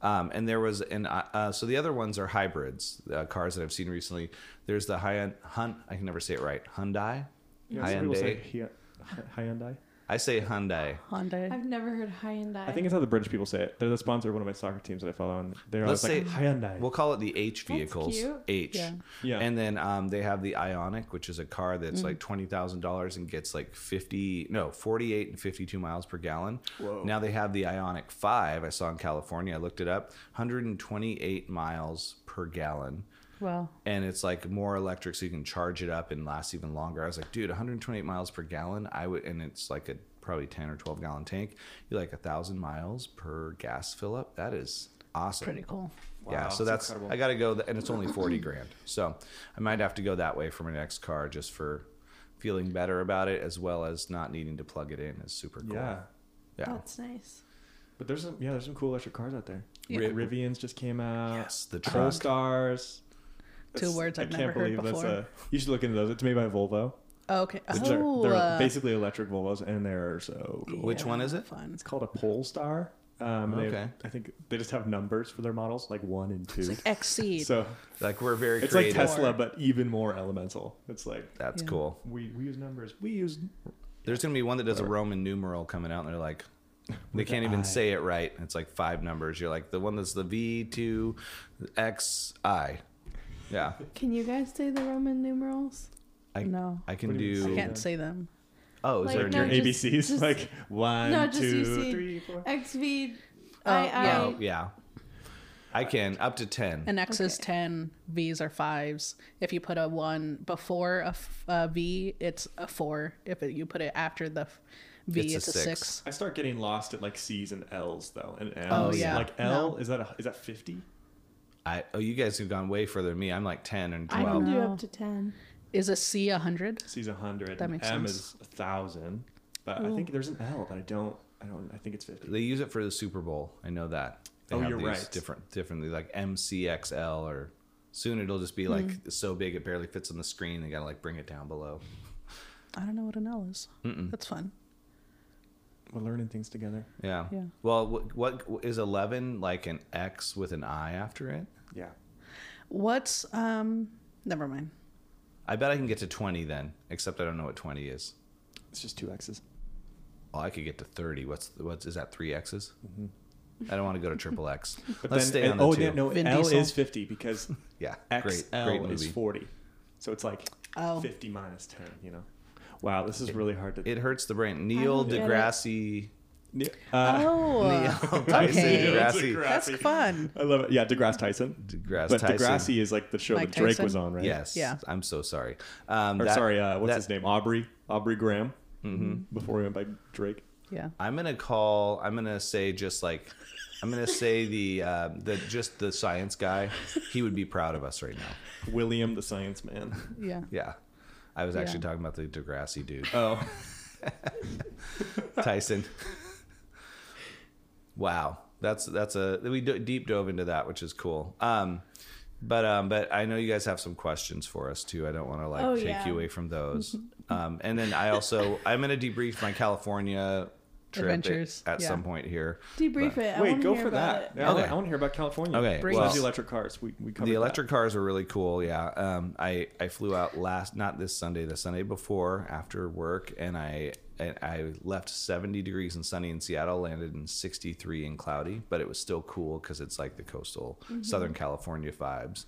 Speaker 2: Um, and there was an uh, uh, so the other ones are hybrids uh, cars that I've seen recently. There's the high Hun. I can never say it right. Hyundai.
Speaker 3: some people say
Speaker 2: Hyundai.
Speaker 3: Kia- Hy- Hyundai.
Speaker 2: I say Hyundai.
Speaker 1: Hyundai.
Speaker 4: I've never heard high and die.
Speaker 3: I think it's how the British people say it. They're the sponsor of one of my soccer teams that I follow, and they're
Speaker 2: Let's
Speaker 3: always like "Oh,
Speaker 2: say-
Speaker 3: Hyundai.
Speaker 2: We'll call it the H
Speaker 4: That's
Speaker 2: vehicles.
Speaker 4: cute.
Speaker 2: H.
Speaker 1: Yeah.
Speaker 3: Yeah.
Speaker 2: And then um, they have the Ionic, which is a car that's like twenty thousand dollars and gets like fifty, no, forty-eight and fifty-two miles per gallon.
Speaker 3: Whoa.
Speaker 2: Now they have the Ionic Five. I saw in California. I looked it up. One hundred and twenty-eight miles per gallon.
Speaker 1: Well.
Speaker 2: And it's like more electric, so you can charge it up and last even longer. I was like, dude, 128 miles per gallon. I would, and it's like a probably 10 or 12 gallon tank. You're like a thousand miles per gas fill up. That is awesome.
Speaker 1: Pretty cool.
Speaker 2: Yeah,
Speaker 3: Wow,
Speaker 2: so that's
Speaker 3: that's incredible.
Speaker 2: I got to go, th- and it's only forty grand. So I might have to go that way for my next car, just for feeling better about it, as well as not needing to plug it in. Is super cool.
Speaker 3: yeah.
Speaker 2: yeah.
Speaker 1: Oh.
Speaker 4: that's nice.
Speaker 3: But there's some yeah, there's some cool electric cars out there.
Speaker 1: Yeah.
Speaker 3: Riv- Rivians just came out.
Speaker 2: Yes, the
Speaker 3: Pro
Speaker 2: truck.
Speaker 3: Stars.
Speaker 1: Two words I've never heard before.
Speaker 3: a, you should look into those. It's made by Volvo.
Speaker 1: Oh, okay.
Speaker 3: Which
Speaker 1: oh,
Speaker 3: are, they're
Speaker 1: uh,
Speaker 3: basically electric Volvos, and they're so cool.
Speaker 2: Which one is it?
Speaker 1: Fun.
Speaker 3: It's called a Polestar. Um, okay.
Speaker 2: Okay.
Speaker 3: I think they just have numbers for their models, like one and two.
Speaker 1: It's like XC.
Speaker 3: so
Speaker 2: Like we're very
Speaker 3: it's like
Speaker 2: creative.
Speaker 3: Tesla, but even more elemental. It's like
Speaker 2: That's
Speaker 1: Yeah.
Speaker 2: cool.
Speaker 3: we, we use numbers. We use
Speaker 2: There's gonna be one that does a Roman numeral coming out, and they're like, they can't even
Speaker 3: I.
Speaker 2: say it right. It's like five numbers. You're like the one that's the V two X I. Yeah,
Speaker 4: Can you guys say the Roman numerals?
Speaker 2: I
Speaker 1: No.
Speaker 2: I can
Speaker 3: What do you
Speaker 2: do.
Speaker 3: mean?
Speaker 1: I can't
Speaker 3: Yeah.
Speaker 1: say them.
Speaker 2: Oh, is
Speaker 4: Like,
Speaker 2: there a
Speaker 4: no,
Speaker 2: new-
Speaker 4: just-
Speaker 3: ABCs.
Speaker 4: just-
Speaker 3: like one,
Speaker 4: No, just
Speaker 3: two,
Speaker 4: you see-
Speaker 3: three, four.
Speaker 4: XV.
Speaker 1: Oh,
Speaker 4: I,
Speaker 1: yeah.
Speaker 2: Oh yeah, I can up to ten.
Speaker 1: An X is
Speaker 4: Okay.
Speaker 1: 10, V's are 5s. If you put a 1 before a, f- a V, it's a 4. If it, you put it after the f- V,
Speaker 2: It's
Speaker 1: it's,
Speaker 2: a
Speaker 1: a,
Speaker 2: six.
Speaker 1: 6.
Speaker 3: I start getting lost at like C's and L's though, and M's.
Speaker 1: Oh, yeah.
Speaker 3: Like L
Speaker 1: No.
Speaker 3: is that a, is that fifty?
Speaker 2: I oh you guys have gone way further than me. I'm like ten and
Speaker 4: I
Speaker 2: twelve.
Speaker 4: can do
Speaker 1: Wow.
Speaker 4: up to 10.
Speaker 1: Is a C 100?
Speaker 3: C's a hundred.
Speaker 1: That makes
Speaker 3: M
Speaker 1: sense.
Speaker 3: is a thousand, but I think there's an L that I don't. I don't. I think it's fifty.
Speaker 2: They use it for the Super Bowl. I know that. They
Speaker 3: Oh, you're right.
Speaker 2: Different differently, like MCXL or soon it'll just be like so big it barely fits on the screen. They gotta like bring it down below.
Speaker 1: I don't know what an L is. That's fun.
Speaker 3: We're learning things together.
Speaker 2: Yeah.
Speaker 1: Yeah.
Speaker 2: Well, what, what is eleven like an X with an I after it?
Speaker 3: Yeah.
Speaker 1: What's, um, never mind.
Speaker 2: I bet I can get to twenty then. Except I don't know what twenty is.
Speaker 3: It's just two X's.
Speaker 2: Oh, I could get to thirty. What's what's is that three X's? I don't want to go to triple X.
Speaker 3: Mm-hmm. But
Speaker 2: Let's
Speaker 3: then,
Speaker 2: stay on
Speaker 3: and-
Speaker 2: the
Speaker 3: oh,
Speaker 2: two.
Speaker 3: yeah, no,
Speaker 1: Vin
Speaker 3: L
Speaker 1: Diesel.
Speaker 3: is fifty because
Speaker 2: Yeah.
Speaker 3: XL is forty, so it's like
Speaker 1: Oh.
Speaker 3: fifty minus ten. You know. Wow, this is really hard to.
Speaker 2: It hurts the brain. Neil
Speaker 4: don't get it.
Speaker 2: deGrasse.
Speaker 3: uh,
Speaker 1: oh,
Speaker 2: Tyson
Speaker 1: okay.
Speaker 2: Degrassi.
Speaker 1: That's fun.
Speaker 3: I love it. Yeah, DeGrasse Tyson.
Speaker 2: DeGrasse
Speaker 3: but
Speaker 2: Tyson.
Speaker 3: DeGrasse is like the show
Speaker 1: Mike
Speaker 3: that Drake
Speaker 1: Tyson?
Speaker 3: was on, right?
Speaker 2: Yes.
Speaker 1: Yeah.
Speaker 2: I'm so sorry. Um,
Speaker 3: Or
Speaker 2: that-
Speaker 3: sorry, uh, what's
Speaker 2: that-
Speaker 3: his name? Aubrey. Aubrey Graham. Mm-hmm. Before he went by Drake.
Speaker 1: Yeah.
Speaker 2: I'm gonna call. I'm gonna say just like, I'm gonna say the uh, the just the science guy. He would be proud of us right now.
Speaker 3: William the Science Man.
Speaker 1: Yeah.
Speaker 2: Yeah. I was actually
Speaker 1: Yeah.
Speaker 2: talking about the DeGrasse dude,
Speaker 3: Oh,
Speaker 2: Tyson. wow, that's that's a we do, deep dove into that, which is cool. Um, But um, but I know you guys have some questions for us too. I don't want to like
Speaker 4: Oh,
Speaker 2: take
Speaker 4: yeah.
Speaker 2: you away from those. um, and then I also I'm gonna debrief my California trip at-
Speaker 1: Adventures,
Speaker 2: at,
Speaker 1: yeah.
Speaker 2: some point here.
Speaker 4: Debrief it. I
Speaker 3: Wait,
Speaker 4: wanna
Speaker 3: go
Speaker 4: hear
Speaker 3: for
Speaker 4: about
Speaker 3: that.
Speaker 4: it.
Speaker 3: Yeah, I wanna-
Speaker 2: Okay.
Speaker 3: I want to hear about California.
Speaker 2: Okay,
Speaker 1: Bring
Speaker 3: well,
Speaker 1: us-
Speaker 3: the electric cars. We we covered
Speaker 2: The
Speaker 3: that.
Speaker 2: electric cars are really cool. Yeah. Um, I I flew out last not this Sunday, the Sunday before after work, and I and I left 70 degrees and sunny in Seattle, landed in 63 and cloudy, but it was still cool because it's like the coastal Southern California vibes.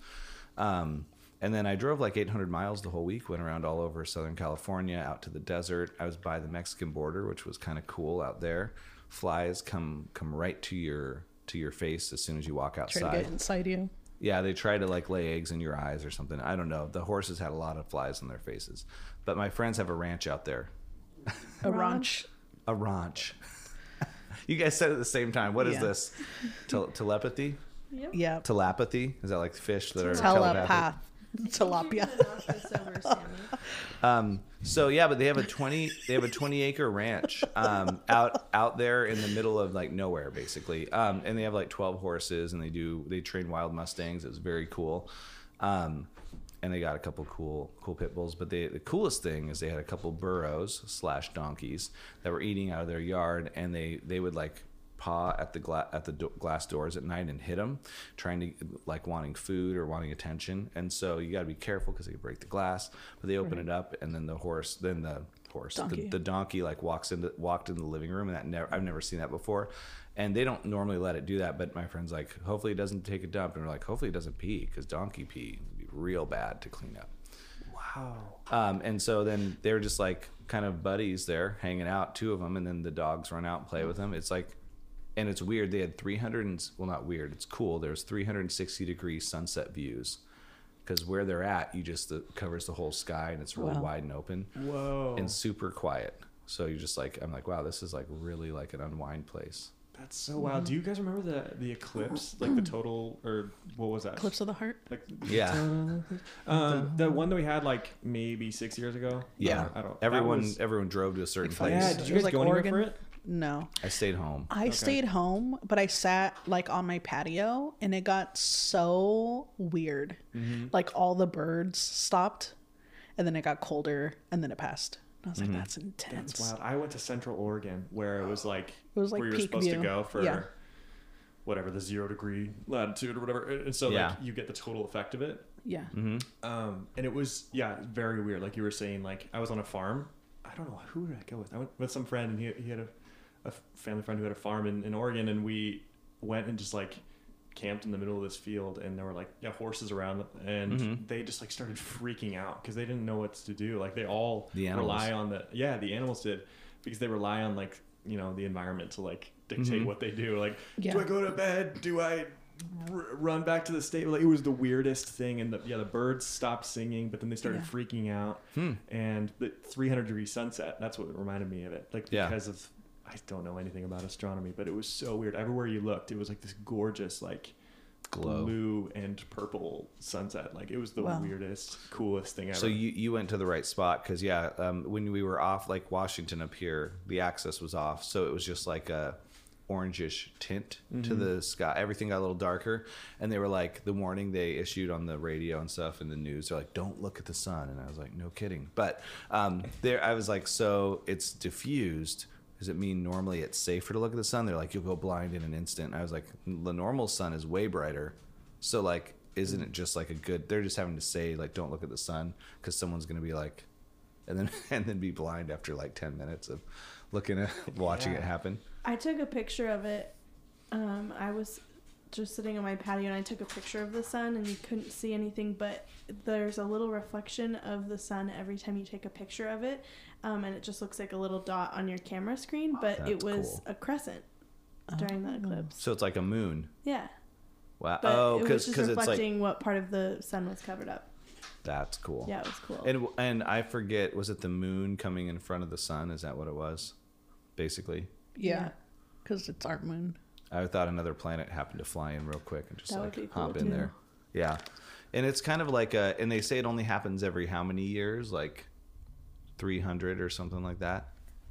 Speaker 2: Um, and then I drove like 800 miles the whole week, went around all over Southern California, out to the desert. I was by the Mexican border, which was kind of cool out there. Flies come come right to your to your face as soon as you walk outside.
Speaker 1: Try to get inside you.
Speaker 2: Yeah, they try to like lay eggs in your eyes or something. I don't know. The horses had a lot of flies in their faces. But my friends have a ranch out there.
Speaker 1: A ranch.
Speaker 4: Ranch.
Speaker 2: A ranch. you guys said it at the same time. What is
Speaker 1: Yeah.
Speaker 2: this? Tel- telepathy?
Speaker 4: Yep.
Speaker 1: Yeah.
Speaker 2: Telepathy? Is that like fish that are telepathic?
Speaker 1: Telepath. Tilapia.
Speaker 2: So yeah, but they have a twenty they have a twenty acre ranch um, out out there in the middle of like nowhere basically, um, and they have like twelve horses and they do they train wild mustangs. It's very cool, um, and they got a couple cool cool pit bulls. But they, the coolest thing is they had a couple burros slash donkeys that were eating out of their yard, and they they would like paw at the gla- at the do- glass doors at night and hit them, trying to like wanting food or wanting attention. And so you got to be careful because they could break the glass. But they open it up, and then the horse, then the horse,
Speaker 1: Donkey.
Speaker 2: The, the donkey like walks into walked into the living room, and that never I've never seen that before. And they don't normally let it do that, but my friend's like, hopefully it doesn't take a dump, and we're like, hopefully it doesn't pee because donkey pee would be real bad to clean up. Um, and so then they were just like kind of buddies there, hanging out, two of them, and then the dogs run out and play with them. It's like, and it's weird. They had 300 and well, not weird. It's cool. There's 360 degree sunset views because where they're at, you just the, covers the whole sky and it's really
Speaker 1: Wow.
Speaker 2: wide and open
Speaker 3: Whoa,
Speaker 2: and super quiet. So you're just like, I'm like, wow, this is like really like an unwind place.
Speaker 3: that's so wild. Do you guys remember the the eclipse, like the total, or what was that?
Speaker 1: Clips of the heart.
Speaker 3: Like
Speaker 2: Yeah.
Speaker 3: um, the one that we had like maybe six years ago.
Speaker 2: Yeah.
Speaker 3: Uh, I don't. that
Speaker 2: everyone,
Speaker 3: was-
Speaker 2: everyone drove to a certain
Speaker 1: I-
Speaker 2: place.
Speaker 3: yeah. Did
Speaker 1: It
Speaker 3: you
Speaker 1: was,
Speaker 3: guys
Speaker 1: like,
Speaker 3: go anywhere
Speaker 1: Oregon.
Speaker 3: for it?
Speaker 1: No.
Speaker 2: I stayed home.
Speaker 1: I stayed home, but I sat like on my patio and it got so weird.
Speaker 3: Mm-hmm.
Speaker 1: Like all the birds stopped and then it got colder and then it passed. And I was like, that's intense.
Speaker 3: Mm-hmm. That's wild. I went to Central Oregon where it was like,
Speaker 1: It was, like,
Speaker 3: where you were
Speaker 1: peak
Speaker 3: supposed
Speaker 1: view.
Speaker 3: to go for
Speaker 1: Yeah.
Speaker 3: whatever the zero degree latitude or whatever, and so
Speaker 2: Yeah.
Speaker 3: like you get the total effect of it.
Speaker 1: Yeah.
Speaker 3: Um, and it was yeah, very weird. Like you were saying, like I was on a farm. I don't know who did I go with. I went with some friend, and he, he had a, a family friend who had a farm in, in Oregon, and we went and just like camped in the middle of this field, and there were like yeah, horses around, and
Speaker 2: Mm-hmm.
Speaker 3: they just like started freaking out because they didn't know what to do. Like they all
Speaker 2: The animals.
Speaker 3: rely on the yeah, the animals did because they rely on like you know the environment to like dictate
Speaker 2: Mm-hmm.
Speaker 3: what they do. Like
Speaker 1: Yeah.
Speaker 3: do I go to bed? Do I r- run back to the stable? Like, it was the weirdest thing. And the, yeah, the birds stopped singing, but then they started
Speaker 1: Yeah.
Speaker 3: freaking out.
Speaker 2: Hmm.
Speaker 3: And the 300 degree sunset. That's what reminded me of it. Like
Speaker 2: Yeah.
Speaker 3: because of I don't know anything about astronomy, but it was so weird. Everywhere you looked, it was like this gorgeous like
Speaker 2: Glow.
Speaker 3: blue and purple sunset. Like it was the
Speaker 1: Wow.
Speaker 3: weirdest, coolest thing ever.
Speaker 2: So you, you went to the right spot because yeah, um, when we were off like Washington up here, the access was off, so it was just like a orangish tint to the sky. Everything got a little darker, and they were like the warning they issued on the radio and stuff in the news. They're like, "Don't look at the sun," and I was like, "No kidding." But um, there, I was like, "So it's diffused." Does it mean normally it's safer to look at the sun? They're like, "You'll go blind in an instant." I was like, "The normal sun is way brighter." So like, isn't it just like a good? They're just having to say like, don't look at the sun because someone's gonna be like, and then and then be blind after like ten minutes of looking at watching it
Speaker 3: Yeah.
Speaker 2: happen.
Speaker 4: I took a picture of it. Um, I was just sitting on my patio and I took a picture of the sun and you couldn't see anything, but there's a little reflection of the sun every time you take a picture of it, um, and it just looks like a little dot on your camera screen. But
Speaker 2: Oh,
Speaker 4: it
Speaker 2: That's
Speaker 4: was
Speaker 2: cool. Oh.
Speaker 4: a crescent during the eclipse.
Speaker 2: So it's like a moon.
Speaker 4: Yeah,
Speaker 2: Wow.
Speaker 4: but
Speaker 2: oh,
Speaker 4: it
Speaker 2: because
Speaker 4: was just
Speaker 2: it's
Speaker 4: reflecting
Speaker 2: like
Speaker 4: what part of the sun was covered up.
Speaker 2: that's cool.
Speaker 4: Yeah, it was cool.
Speaker 2: And and I forget was it the moon coming in front of the sun? Is that what it was? Basically,
Speaker 1: Yeah.
Speaker 4: Yeah.
Speaker 1: Because it's our moon.
Speaker 2: I thought another planet happened to fly in real quick and just
Speaker 4: That
Speaker 2: like
Speaker 4: would be cool,
Speaker 2: hop in
Speaker 4: too.
Speaker 2: there. Yeah. And it's kind of like a, and they say it only happens every how many years? Like 300 or something like that?
Speaker 4: I have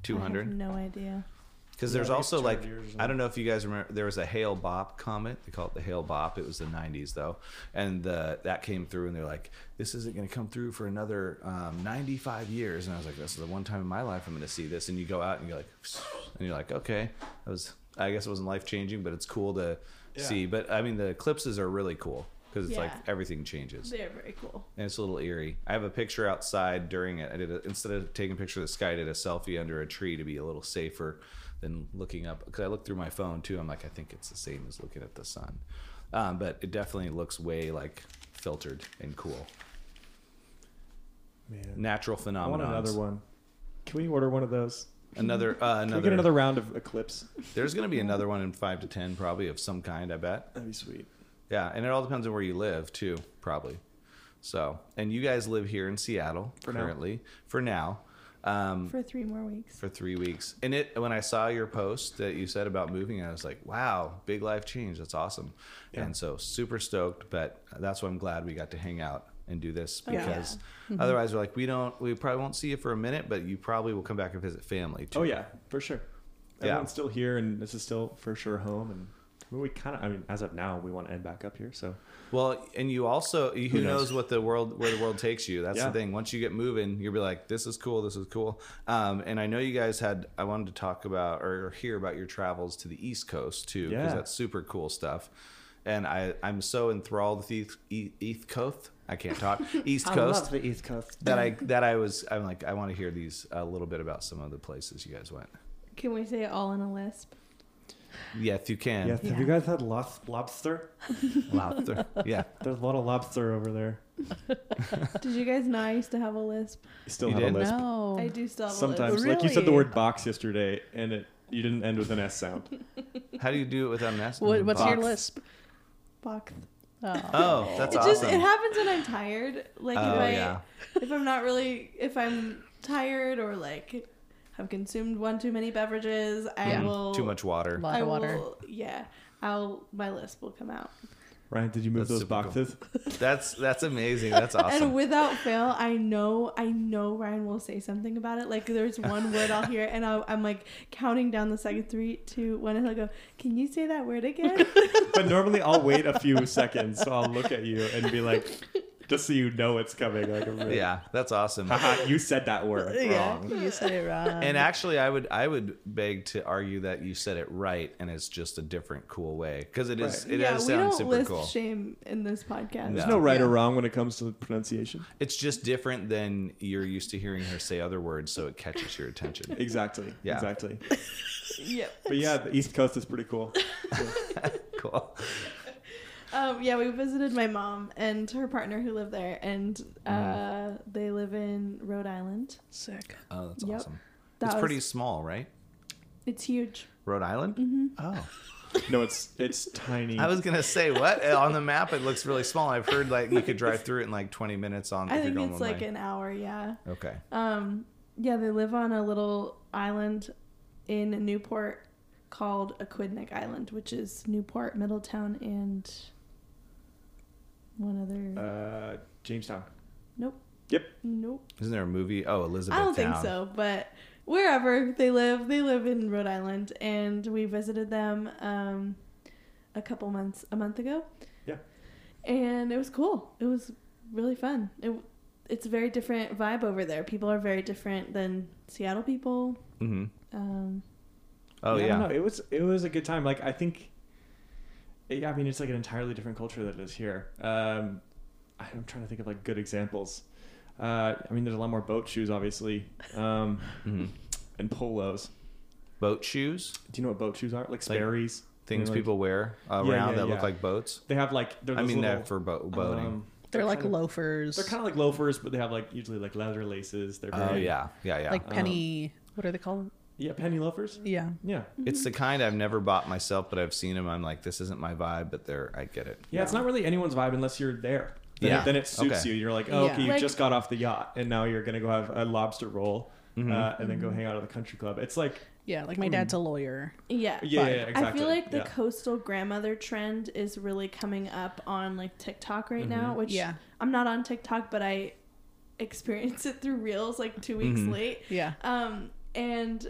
Speaker 2: 200?
Speaker 4: no idea.
Speaker 2: Because Because there's
Speaker 3: Yeah, these
Speaker 2: also like
Speaker 3: turd-ears
Speaker 2: I don't know if you guys remember there was a Hale Bop comet. They call it the Hale Bop. It was the 90s though, and the, that came through, and they're like, "This isn't going to come through for another um, 95 years." And I was like, "This is the one time in my life I'm going to see this." And you go out and you're like, and you're like, "Okay, that was I guess it wasn't life changing, but it's cool to
Speaker 3: Yeah.
Speaker 2: see." But I mean, the eclipses are really cool because it's like
Speaker 4: Yeah.
Speaker 2: everything changes
Speaker 4: They're very cool.
Speaker 2: and it's a little eerie. I have a picture outside during it. I did a, instead of taking a picture of the sky, I did a selfie under a tree to be a little safer than looking up. Because I looked through my phone too. I'm like, I think it's the same as looking at the sun, um, but it definitely looks way like filtered and cool.
Speaker 3: Man,
Speaker 2: Natural
Speaker 3: I want
Speaker 2: phenomenon.
Speaker 3: another one. Can we order one of those?
Speaker 2: Another, uh,
Speaker 3: Can
Speaker 2: another,
Speaker 3: we get another round of Eclipse?
Speaker 2: There's going to be another one in five to ten, probably of some kind. I bet.
Speaker 3: That'd be sweet.
Speaker 2: Yeah, and it all depends on where you live too, probably. So, and you guys live here in Seattle
Speaker 3: For now.
Speaker 2: currently. For now. Um,
Speaker 4: For three more weeks.
Speaker 2: for three weeks. And it when I saw your post that you said about moving, I was like, wow, big life change. That's awesome.
Speaker 3: Yeah.
Speaker 2: And so super stoked. But that's why I'm glad we got to hang out and do this
Speaker 4: Oh, yeah.
Speaker 2: because otherwise we're like, we don't, we probably won't see you for a minute, but you probably will come back and visit family too.
Speaker 3: Oh yeah, for sure.
Speaker 2: Yeah.
Speaker 3: Everyone's still here, and this is still for sure home. And I mean, we kind of, I mean, as of now, we want to end back up here. So
Speaker 2: Well, and you also, who, knows?
Speaker 3: knows?
Speaker 2: what the world, where the world takes you. That's
Speaker 3: Yeah.
Speaker 2: the thing. Once you get moving, you'll be like, this is cool. This is cool. Um, and I know you guys had, I wanted to talk about or hear about your travels to the East Coast too, because
Speaker 3: Yeah.
Speaker 2: that's super cool stuff. And I, I'm so enthralled with East, E- East Coast. I can't talk East Coast
Speaker 3: the East Coast.
Speaker 2: that I, that I was, I'm like, I want to hear these a little bit about some of the places you guys went.
Speaker 4: Can we say it all in a lisp?
Speaker 2: Yeah, if you can.
Speaker 3: Yes, have you guys had lob- lobster?
Speaker 2: Lobster. yeah.
Speaker 3: There's a lot of lobster over there.
Speaker 4: Did you guys know I used to have a lisp?
Speaker 3: You still
Speaker 2: You
Speaker 3: have
Speaker 2: did?
Speaker 3: a lisp.
Speaker 1: No.
Speaker 4: I do still have a
Speaker 3: Sometimes,
Speaker 4: lisp.
Speaker 3: like you said, the
Speaker 1: Really?
Speaker 3: word box yesterday, and it you didn't end with an S sound.
Speaker 2: How do you do it without an S?
Speaker 1: What, what's your
Speaker 2: Box.
Speaker 1: lisp?
Speaker 4: Box.
Speaker 1: Oh.
Speaker 2: Oh, that's
Speaker 4: it
Speaker 2: awesome.
Speaker 4: just it happens when I'm tired. Like
Speaker 2: Oh,
Speaker 4: if I
Speaker 2: yeah.
Speaker 4: if I'm not really if I'm tired or like have consumed one too many beverages, I
Speaker 1: Yeah.
Speaker 4: will
Speaker 2: Too much water.
Speaker 1: Lot of
Speaker 4: I
Speaker 1: water.
Speaker 4: Will, yeah. I'll my lisp will come out.
Speaker 3: Ryan, did you move
Speaker 2: That's
Speaker 3: those
Speaker 2: super cool.
Speaker 3: boxes?
Speaker 2: That's that's amazing. That's awesome.
Speaker 4: And without fail, I know, I know Ryan will say something about it. Like there's one word I'll hear, and I'll, I'm like counting down the second three, two, one, and he'll go, "Can you say that word again?"
Speaker 3: But normally, I'll wait a few seconds, so I'll look at you and be like, just so you know it's coming. Like, I'm really-
Speaker 2: yeah, that's awesome.
Speaker 3: Haha, you said that word wrong.
Speaker 1: You said it wrong.
Speaker 2: and actually, I would I would beg to argue that you said it right, and it's just a different cool way because it is
Speaker 3: Right.
Speaker 2: it
Speaker 4: yeah,
Speaker 2: does
Speaker 4: we
Speaker 2: sound
Speaker 4: don't
Speaker 2: super
Speaker 4: list
Speaker 2: cool.
Speaker 4: shame in this podcast.
Speaker 2: No.
Speaker 3: There's no right
Speaker 4: Yeah.
Speaker 3: or wrong when it comes to pronunciation.
Speaker 2: It's just different than you're used to hearing her say other words, so it catches your attention.
Speaker 3: Exactly.
Speaker 2: Yeah.
Speaker 3: Exactly.
Speaker 4: Yep.
Speaker 3: But yeah, the East Coast is pretty cool.
Speaker 2: cool.
Speaker 4: Um, yeah, we visited my mom and her partner who live there, and
Speaker 2: Mm.
Speaker 4: uh, they live in Rhode Island.
Speaker 1: Sick.
Speaker 2: Oh, that's
Speaker 4: Yep.
Speaker 2: awesome. it's
Speaker 4: That was- Mm-hmm.
Speaker 2: pretty small, right?
Speaker 4: It's huge.
Speaker 2: Rhode Island. Oh,
Speaker 3: No, it's it's tiny.
Speaker 2: I was gonna say what on the map it looks really small. I've heard like you could drive through it in like 20 minutes on.
Speaker 4: I
Speaker 2: if you're
Speaker 4: think
Speaker 2: going
Speaker 4: it's
Speaker 2: one
Speaker 4: like
Speaker 2: way.
Speaker 4: an hour. Yeah.
Speaker 2: okay.
Speaker 4: Um, yeah, they live on a little island in Newport called Aquidneck Island, which is Newport, Middletown, and one other.
Speaker 3: uh, Jamestown.
Speaker 4: nope.
Speaker 3: Yep.
Speaker 4: Nope.
Speaker 2: Isn't there a movie? Oh, Elizabeth.
Speaker 4: I don't think so, but wherever they live, they live in Rhode Island, and we visited them um, a couple months, a month ago.
Speaker 3: Yeah.
Speaker 4: And it was cool. It was really fun. It, it's a very different vibe over there. People are very different than Seattle people.
Speaker 2: hmm
Speaker 4: Um,
Speaker 2: Oh
Speaker 3: I don't
Speaker 2: yeah.
Speaker 3: know. It was it was a good time. Like I think. eh, Yeah, I mean it's like an entirely different culture that it is here. Um, I'm trying to think of like good examples. Uh, I mean, there's a lot more boat shoes, obviously, um,
Speaker 2: hmm
Speaker 3: and polos.
Speaker 2: Boat shoes.
Speaker 3: Do you know what boat shoes are? Like Sperry's
Speaker 2: things
Speaker 3: You know, like-
Speaker 2: people wear around
Speaker 3: yeah,
Speaker 2: that look
Speaker 3: yeah.
Speaker 2: like boats.
Speaker 3: They have like they're
Speaker 2: I
Speaker 3: those
Speaker 2: mean,
Speaker 3: little,
Speaker 2: that for bo- boating.
Speaker 3: um,
Speaker 1: They're like
Speaker 3: kind of-
Speaker 1: loafers.
Speaker 3: They're kind of like loafers, but they have like usually like leather laces. They're
Speaker 2: oh
Speaker 3: very,
Speaker 2: yeah, yeah, yeah.
Speaker 1: like penny.
Speaker 3: Uh-huh.
Speaker 1: what are they called?
Speaker 3: yeah, penny loafers.
Speaker 1: Yeah.
Speaker 3: Yeah.
Speaker 2: it's the kind I've never bought myself, but I've seen them. I'm like, this isn't my vibe, but they're I get it.
Speaker 3: Yeah, it's not really anyone's vibe unless you're there. Then,
Speaker 2: Yeah.
Speaker 3: then it suits
Speaker 2: Okay.
Speaker 3: you. You're like, oh,
Speaker 1: Yeah.
Speaker 3: okay, you
Speaker 4: Like-
Speaker 3: just got off the yacht, and now you're gonna go have a lobster roll,
Speaker 2: Mm-hmm.
Speaker 3: uh, and then
Speaker 4: Mm-hmm.
Speaker 3: go hang out at the country club. It's like,
Speaker 1: Yeah. Like my dad's a lawyer.
Speaker 4: yeah.
Speaker 3: yeah, yeah,
Speaker 1: Vibe.
Speaker 3: yeah, exactly.
Speaker 4: I feel like the
Speaker 3: yeah.
Speaker 4: coastal grandmother trend is really coming up on like TikTok right
Speaker 3: Mm-hmm.
Speaker 4: now, which
Speaker 1: Yeah.
Speaker 4: I'm not on TikTok, but I
Speaker 3: Mm-hmm.
Speaker 4: experienced it through Reels like two weeks late.
Speaker 1: Yeah.
Speaker 4: Um, and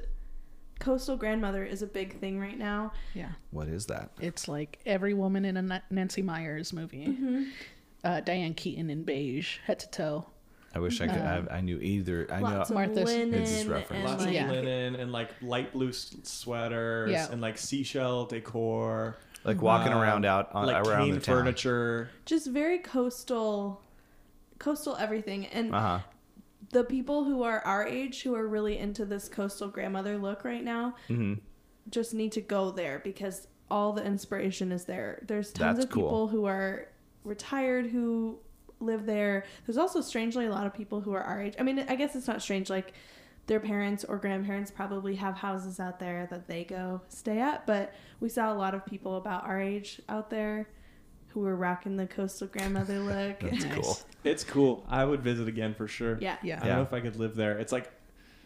Speaker 4: coastal grandmother is a big thing right now.
Speaker 1: Yeah.
Speaker 2: What is that?
Speaker 1: It's like every woman in a Na- Nancy Myers movie.
Speaker 4: Mm-hmm.
Speaker 1: Uh, Diane Keaton in beige, head to toe.
Speaker 2: I wish I could. I, I knew either. I know.
Speaker 4: Lots of
Speaker 1: Martha's-
Speaker 4: linen
Speaker 2: It's just reference.
Speaker 4: and
Speaker 3: Lots
Speaker 4: like,
Speaker 1: Yeah.
Speaker 3: of linen and like light blue s- sweaters
Speaker 1: Yeah.
Speaker 3: and like seashell decor,
Speaker 2: like walking
Speaker 3: Um,
Speaker 2: around out on,
Speaker 3: like
Speaker 2: around
Speaker 3: cane
Speaker 2: the town.
Speaker 3: furniture.
Speaker 4: just very coastal, coastal everything. And
Speaker 2: Uh huh.
Speaker 4: the people who are our age who are really into this coastal grandmother look right now
Speaker 2: Mm-hmm.
Speaker 4: just need to go there because all the inspiration is there. There's tons
Speaker 2: That's
Speaker 4: of
Speaker 2: cool.
Speaker 4: people who are retired who live there. There's also strangely a lot of people who are our age. I mean, I guess it's not strange like their parents or grandparents probably have houses out there that they go stay at, but we saw a lot of people about our age out there who were rocking the coastal grandmother look.
Speaker 2: That's
Speaker 1: Nice.
Speaker 2: cool.
Speaker 3: It's cool. I would visit again for sure.
Speaker 4: yeah.
Speaker 1: Yeah.
Speaker 3: I don't
Speaker 2: Yeah.
Speaker 3: know if I could live there. It's like,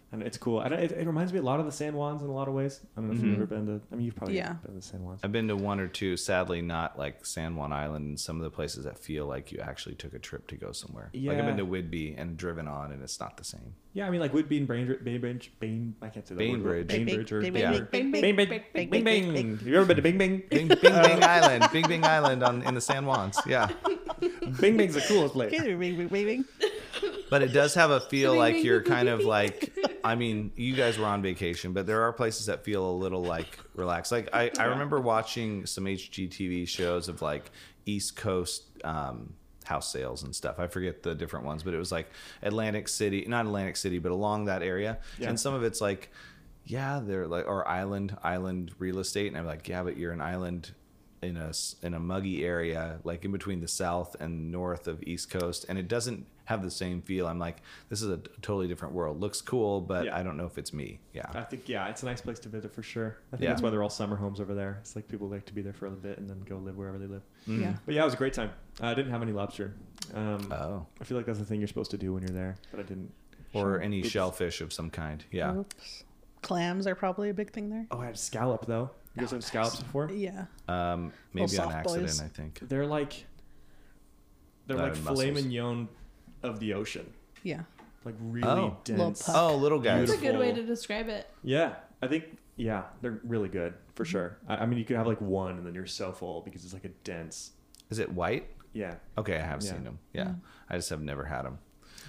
Speaker 3: I don't, it's cool. I don't, it, it reminds me a lot of the San Juans in a lot of ways. I don't know if you've ever been to. I mean, you've probably
Speaker 1: Yeah.
Speaker 3: been to San Juans.
Speaker 2: I've been to one or two. Sadly, not like San Juan Island and some of the places that feel like you actually took a trip to go somewhere. Like I've been
Speaker 3: Yeah.
Speaker 2: to Whidbey and driven on, and it's not the same.
Speaker 3: Yeah, I mean, like Woodbine, Bainbridge, Bainbridge, Bain. I can't say that
Speaker 2: Bainbridge.
Speaker 3: word. Bainbridge or
Speaker 1: They make-
Speaker 2: yeah.
Speaker 1: they make- they make-
Speaker 3: Bing, bing,
Speaker 1: Big,
Speaker 3: bing,
Speaker 1: big,
Speaker 3: bing,
Speaker 1: big,
Speaker 3: bing.
Speaker 1: big,
Speaker 3: Have you ever been to Bing Bing?
Speaker 2: Bing Bing Bing Island, Bing Bing Island on in the San Juans. Yeah,
Speaker 3: Bing Bing's the coolest place.
Speaker 1: big, big, big, big.
Speaker 2: but it does have a feel
Speaker 4: Bing,
Speaker 2: like
Speaker 4: bing,
Speaker 2: you're
Speaker 4: bing,
Speaker 2: kind
Speaker 4: bing,
Speaker 2: of
Speaker 4: bing.
Speaker 2: like. I mean, you guys were on vacation, but there are places that feel a little like relaxed. Like I, I remember watching some HGTV shows of like East Coast. Um, house sales and stuff. I forget the different ones, but it was like Atlantic City, not Atlantic City, but along that area.
Speaker 3: Yeah.
Speaker 2: And some of it's like, yeah, they're like or island island real estate, and I'm like, yeah, but you're an island in a s- in a muggy area, like in between the south and north of East Coast, and it doesn't have the same feel. I'm like, this is a t- totally different world. Looks cool, but
Speaker 3: Yeah. Uh,
Speaker 2: I don't know if it's me. Yeah,
Speaker 3: I think yeah, it's a nice place to visit for sure. I think
Speaker 2: Yeah.
Speaker 3: that's why they're all summer homes over there. It's like people like to be there for a little bit and then go live wherever they live.
Speaker 2: Mm-hmm.
Speaker 1: Yeah.
Speaker 3: But yeah, it was a great time. I didn't have any lobster. Um,
Speaker 2: oh,
Speaker 3: I feel like that's the thing you're supposed to do when you're there, but I didn't.
Speaker 2: or any
Speaker 3: Oops.
Speaker 2: shellfish of some kind. Yeah,
Speaker 1: Oops. Clams are probably a big thing there.
Speaker 3: Oh, I had scallop though.
Speaker 2: Oh,
Speaker 3: You guys have scallops before?
Speaker 1: Yeah.
Speaker 2: um, maybe on
Speaker 1: Mm-hmm. soft
Speaker 2: accident.
Speaker 1: boys.
Speaker 2: I think.
Speaker 3: They're like they're
Speaker 2: Not
Speaker 3: like
Speaker 2: in
Speaker 3: filet
Speaker 2: mussels.
Speaker 3: mignon of the ocean,
Speaker 1: Yeah.
Speaker 3: like really
Speaker 2: Oh.
Speaker 1: Little
Speaker 3: dense.
Speaker 1: puff.
Speaker 2: Oh, little guys.
Speaker 4: That's a good way to
Speaker 3: Beautiful.
Speaker 4: describe it.
Speaker 3: Yeah, I think yeah, they're really good for
Speaker 1: Mm-hmm.
Speaker 3: sure. I, I mean, you could have like one and then you're so full because it's like a dense.
Speaker 2: Is it white?
Speaker 3: Yeah,
Speaker 2: Okay, I have
Speaker 3: Yeah.
Speaker 2: seen them. Yeah, I just have never had them.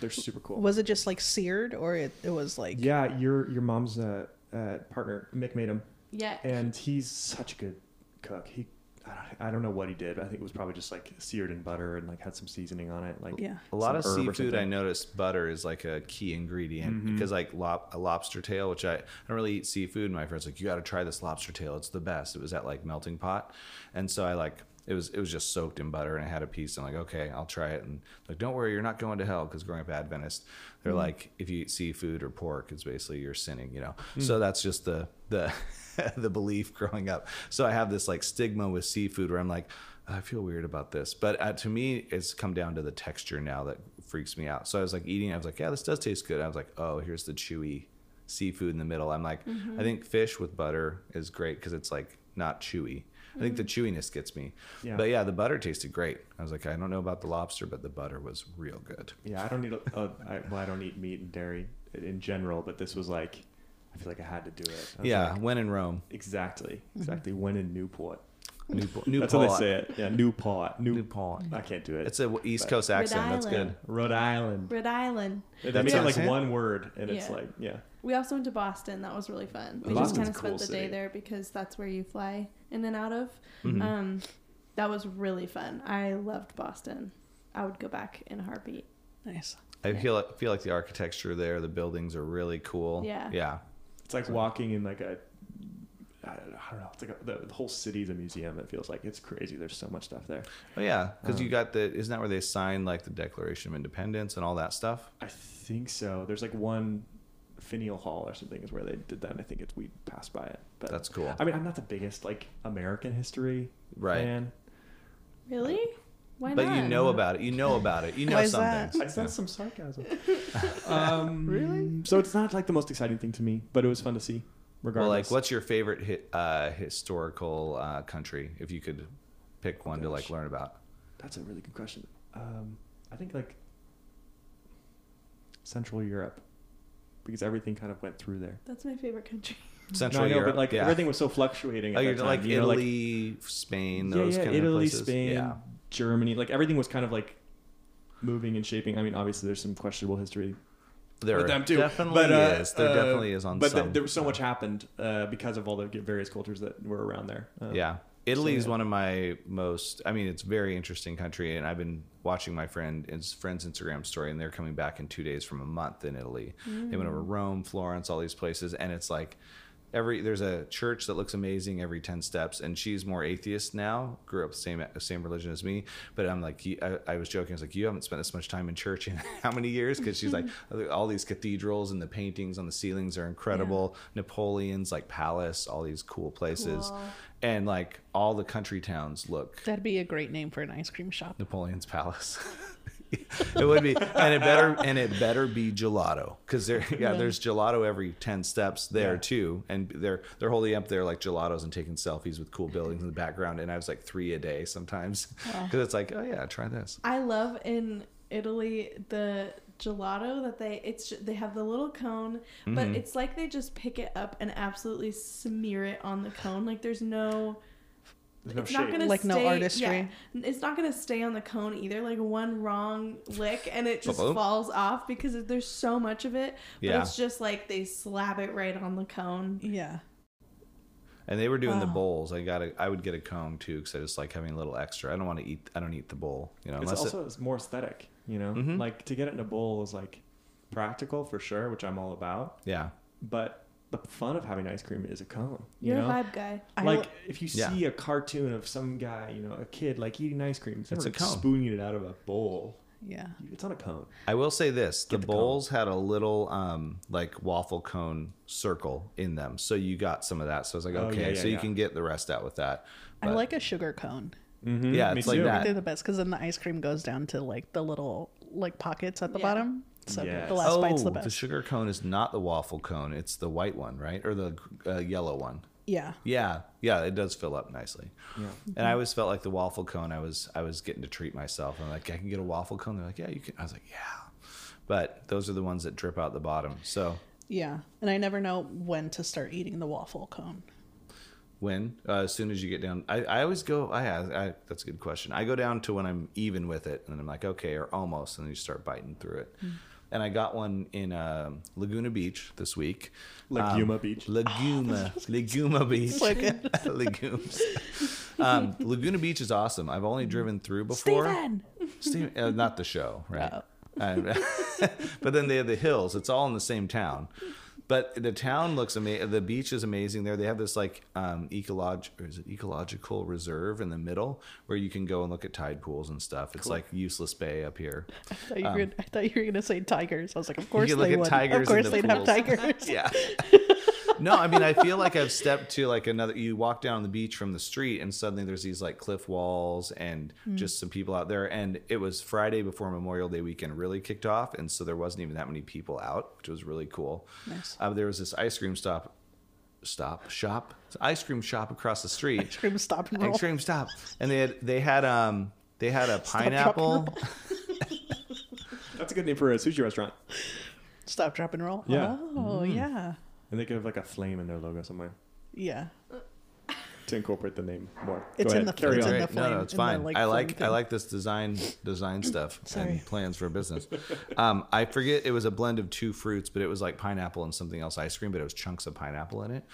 Speaker 3: they're super cool.
Speaker 1: Was it just like seared or it, it was like.
Speaker 3: Yeah, your your mom's uh, uh, partner Mick made him,
Speaker 4: Yeah.
Speaker 3: and he's such a good cook. He, I don't, I don't know what he did. But I think it was probably just like seared in butter and like had some seasoning on it. Like
Speaker 1: Yeah.
Speaker 2: A lot
Speaker 3: some herb or
Speaker 2: of seafood, I
Speaker 3: something.
Speaker 2: noticed butter is like a key ingredient because like lop, a lobster tail, which I, I don't really eat seafood. and My friends like, you got to try this lobster tail; it's the best. It was at like melting pot, and so I like it was it was just soaked in butter, and I had a piece. I'm like, okay, I'll try it, and like, don't worry, you're not going to hell because growing up Adventist, they're like, if you eat seafood or pork, it's basically you're sinning, you know. So that's just the the the belief growing up. So I have this like stigma with seafood where I'm like. I feel weird about this, but uh, to me, it's come down to the texture now that freaks me out. So I was like eating, I was like, yeah, this does taste good. I was like, oh, here's the chewy seafood in the middle. I'm like,
Speaker 3: Mm-hmm.
Speaker 2: I think fish with butter is great because it's like not chewy. I think the chewiness gets me.
Speaker 3: Mm-hmm. Yeah.
Speaker 2: But yeah, the butter tasted great. I was like, I don't know about the lobster, but the butter was real good.
Speaker 3: yeah, I don't eat. A, a, I, well, I don't eat meat and dairy in general, but this was like, I feel like I had to do it. I was
Speaker 2: yeah,
Speaker 3: like,
Speaker 2: when in Rome,
Speaker 3: exactly, exactly. When in Newport,
Speaker 2: Newport. Newport.
Speaker 3: that's how they say it. Yeah, Newport, New,
Speaker 2: Newport.
Speaker 3: I can't do it.
Speaker 2: It's a East Coast accent. That's
Speaker 4: Island.
Speaker 2: good.
Speaker 3: Rhode Island.
Speaker 4: Rhode Island.
Speaker 3: They
Speaker 2: That
Speaker 3: make it
Speaker 2: sounds-
Speaker 3: like one word, and it's
Speaker 4: Yeah.
Speaker 3: like yeah.
Speaker 4: We also went to Boston. That was really fun. We
Speaker 3: Boston's
Speaker 4: just kind
Speaker 3: a
Speaker 4: of spent
Speaker 3: cool
Speaker 4: the
Speaker 3: city.
Speaker 4: day there because that's where you fly in and out of.
Speaker 2: Mm-hmm.
Speaker 4: Um, that was really fun. I loved Boston. I would go back in a heartbeat.
Speaker 1: Nice.
Speaker 2: I feel like, feel like the architecture there, the buildings are really cool.
Speaker 4: Yeah.
Speaker 2: Yeah.
Speaker 3: It's like walking in like a I don't know. I don't know, It's like a, the, the whole city's a museum. It feels like it's crazy. There's so much stuff there.
Speaker 2: Oh yeah, because you got the isn't that where they signed like the Declaration of Independence and all that stuff?
Speaker 3: I think so. There's like one finial hall or something is where they did that. And I think it's we passed by it. But
Speaker 2: That's cool.
Speaker 3: I mean, I'm not the biggest like American history
Speaker 2: Right.
Speaker 3: fan.
Speaker 4: Really? Why
Speaker 2: but
Speaker 4: not?
Speaker 2: you know about it. You know about it. You know
Speaker 1: Why is
Speaker 2: some
Speaker 1: that?
Speaker 2: things.
Speaker 3: I sense some sarcasm. um, really? So it's not like the most exciting thing to me, but it was fun to see.
Speaker 2: Well,
Speaker 3: Regardless,
Speaker 2: like, what's your favorite hi uh, historical uh, country? If you could pick one to like
Speaker 3: Gosh.
Speaker 2: learn about.
Speaker 3: That's a really good question. Um, I think like Central Europe, because everything kind of went through there.
Speaker 4: That's my favorite country.
Speaker 2: Central
Speaker 3: no, I know,
Speaker 2: Europe.
Speaker 3: but like
Speaker 2: yeah.
Speaker 3: everything was so fluctuating. At
Speaker 2: Oh,
Speaker 3: that
Speaker 2: you're
Speaker 3: time,
Speaker 2: like
Speaker 3: you know,
Speaker 2: Italy, Spain, those
Speaker 3: yeah, yeah,
Speaker 2: kind
Speaker 3: Italy,
Speaker 2: of places.
Speaker 3: Spain,
Speaker 2: Yeah.
Speaker 3: Germany, like everything was kind of like moving and shaping. I mean, obviously, there's some questionable history
Speaker 2: There
Speaker 3: with them too.
Speaker 2: definitely
Speaker 3: but, uh,
Speaker 2: is. There
Speaker 3: uh,
Speaker 2: definitely is on
Speaker 3: But th-
Speaker 2: some.
Speaker 3: there was so much happened uh, because of all the various cultures that were around there. Um,
Speaker 2: yeah. Italy is
Speaker 3: yeah.
Speaker 2: one of my most. I mean, it's a very interesting country, and I've been watching my friend his friend's Instagram story, and they're coming back in two days from a month in Italy. They went over Rome, Florence, all these places, and it's like every there's a church that looks amazing every ten steps. And she's more atheist now, grew up same same religion as me, but I'm like you- I, I was joking. I was like, you haven't spent this much time in church in how many years? Because she's like all these cathedrals and the paintings on the ceilings are incredible. Napoleon's like palace, all these cool places
Speaker 4: Cool.
Speaker 2: and like all the country towns look
Speaker 1: That'd be a great name for an ice cream shop.
Speaker 2: Napoleon's Palace. it would be, and it better and it better be gelato because there, yeah, there's gelato every ten steps there
Speaker 3: Yeah.
Speaker 2: too, and they're they're holding up their like gelatos and taking selfies with cool buildings in the background, and I was like three a day sometimes because it's like oh yeah, try this.
Speaker 4: I love in Italy the gelato that they it's ju- they have the little cone, but it's like they just pick it up and absolutely smear it on the cone. Like there's no
Speaker 3: there's no
Speaker 4: it's
Speaker 3: shape.
Speaker 4: not gonna
Speaker 1: Like
Speaker 4: stay,
Speaker 1: no artistry.
Speaker 4: yeah. it's not gonna stay on the cone either. Like one wrong lick and it just
Speaker 2: Ba-boom.
Speaker 4: falls off because there's so much of it. But
Speaker 2: Yeah.
Speaker 4: it's just like they slap it right on the cone.
Speaker 1: Yeah.
Speaker 2: And they were doing the
Speaker 1: Wow.
Speaker 2: bowls. I got a, I would get a comb too because I just like having a little extra. I don't want to eat. I don't eat the bowl, you know.
Speaker 3: It's
Speaker 2: unless it-
Speaker 3: also it's more aesthetic, you know.
Speaker 2: Mhm.
Speaker 3: Like to get it in a bowl is like practical for sure, which I'm all about.
Speaker 2: yeah,
Speaker 3: But the fun of having ice cream is a cone. You
Speaker 4: You're
Speaker 3: know?
Speaker 4: a vibe guy.
Speaker 1: I
Speaker 3: like
Speaker 1: li-
Speaker 3: if you
Speaker 2: Yeah.
Speaker 3: see a cartoon of some guy, you know, a kid like eating ice cream, it's,
Speaker 2: It's
Speaker 3: never
Speaker 2: a cone.
Speaker 3: spooning it out of a bowl.
Speaker 1: yeah.
Speaker 3: It's on a cone.
Speaker 2: I will say this: the,
Speaker 3: the cone.
Speaker 2: bowls had a little um, like waffle cone circle in them, so you got some of that. So I was like,
Speaker 3: Oh,
Speaker 2: okay,
Speaker 3: yeah, yeah,
Speaker 2: so you
Speaker 3: yeah.
Speaker 2: can get the rest out with that.
Speaker 1: I
Speaker 2: But-
Speaker 1: like a sugar cone.
Speaker 3: Mm-hmm.
Speaker 2: Yeah, it's like that.
Speaker 1: They're the best because then the ice cream goes down to like the little like pockets at the
Speaker 4: Yeah.
Speaker 1: bottom. So
Speaker 3: Yes.
Speaker 1: the last
Speaker 2: oh,
Speaker 1: bite's the
Speaker 2: the,
Speaker 1: best.
Speaker 2: sugar cone is not the waffle cone; it's the white one, right, or the uh, yellow one.
Speaker 1: yeah.
Speaker 2: Yeah, yeah, it does fill up nicely.
Speaker 3: Yeah.
Speaker 2: And I always felt like the waffle cone. I was I was getting to treat myself. I'm like, I can get a waffle cone. They're like, yeah, you can. I was like, yeah. But those are the ones that drip out the bottom. So
Speaker 1: Yeah. And I never know when to start eating the waffle cone.
Speaker 2: When? Uh, as soon as you get down. I, I always go, I, I, that's a good question. I go down to when I'm even with it, and then I'm like, okay, or almost, and then you start biting through it.
Speaker 1: Hmm.
Speaker 2: And I got one in um, Laguna Beach this week.
Speaker 3: Laguma Beach.
Speaker 2: Laguna. Laguma Beach.
Speaker 1: so good.
Speaker 2: Legumes. Um, Laguna Beach is awesome. I've
Speaker 1: Hmm.
Speaker 2: only driven through before.
Speaker 1: Steven!
Speaker 2: Steve, uh, not the show, right? Um, but then they have the hills. It's all in the same town. But the town looks amazing. The beach is amazing there. They have this like um, ecolog- or is it ecological reserve in the middle where you can go and look at tide pools and stuff. It's like useless bay up here.
Speaker 1: I thought you were, I thought you were gonna say tigers. I was like, of course
Speaker 2: could
Speaker 1: they
Speaker 2: Um, look
Speaker 1: would.
Speaker 2: at tigers in
Speaker 1: Of course
Speaker 2: the
Speaker 1: they'd have
Speaker 2: pools.
Speaker 1: tigers.
Speaker 2: Yeah. no, I mean, I feel like I've stepped to like another. You walk down the beach from the street, and suddenly there's these like cliff walls and
Speaker 1: Hmm.
Speaker 2: just some people out there. And it was Friday before Memorial Day weekend really kicked off, and so there wasn't even that many people out, which was really cool.
Speaker 1: Nice.
Speaker 2: Uh, there was this ice cream stop, stop shop, It's an ice cream shop across the street.
Speaker 1: Ice cream stop and roll.
Speaker 2: Ice cream stop, and they had they had um they had
Speaker 1: drop,
Speaker 2: a
Speaker 1: and
Speaker 2: pineapple.
Speaker 1: roll.
Speaker 3: That's a good name for a sushi restaurant.
Speaker 1: Stop, drop, and roll.
Speaker 3: Yeah.
Speaker 1: Oh,
Speaker 2: Mm.
Speaker 1: yeah.
Speaker 3: And they could have like a flame in their logo somewhere
Speaker 1: Yeah.
Speaker 3: to incorporate the name more.
Speaker 1: It's
Speaker 3: Go
Speaker 1: in
Speaker 3: ahead.
Speaker 1: the-
Speaker 3: carry
Speaker 1: it's
Speaker 3: on.
Speaker 1: in the
Speaker 2: Right. No, no,
Speaker 1: flame
Speaker 2: it's
Speaker 1: and
Speaker 2: fine.
Speaker 1: the, like,
Speaker 2: I
Speaker 1: flame
Speaker 2: like I
Speaker 1: thing.
Speaker 2: like this design design stuff
Speaker 1: Sorry.
Speaker 2: and plans for business. Um, I forget it was a blend of two fruits, but it was like pineapple and something else ice cream, but it was chunks of pineapple in it.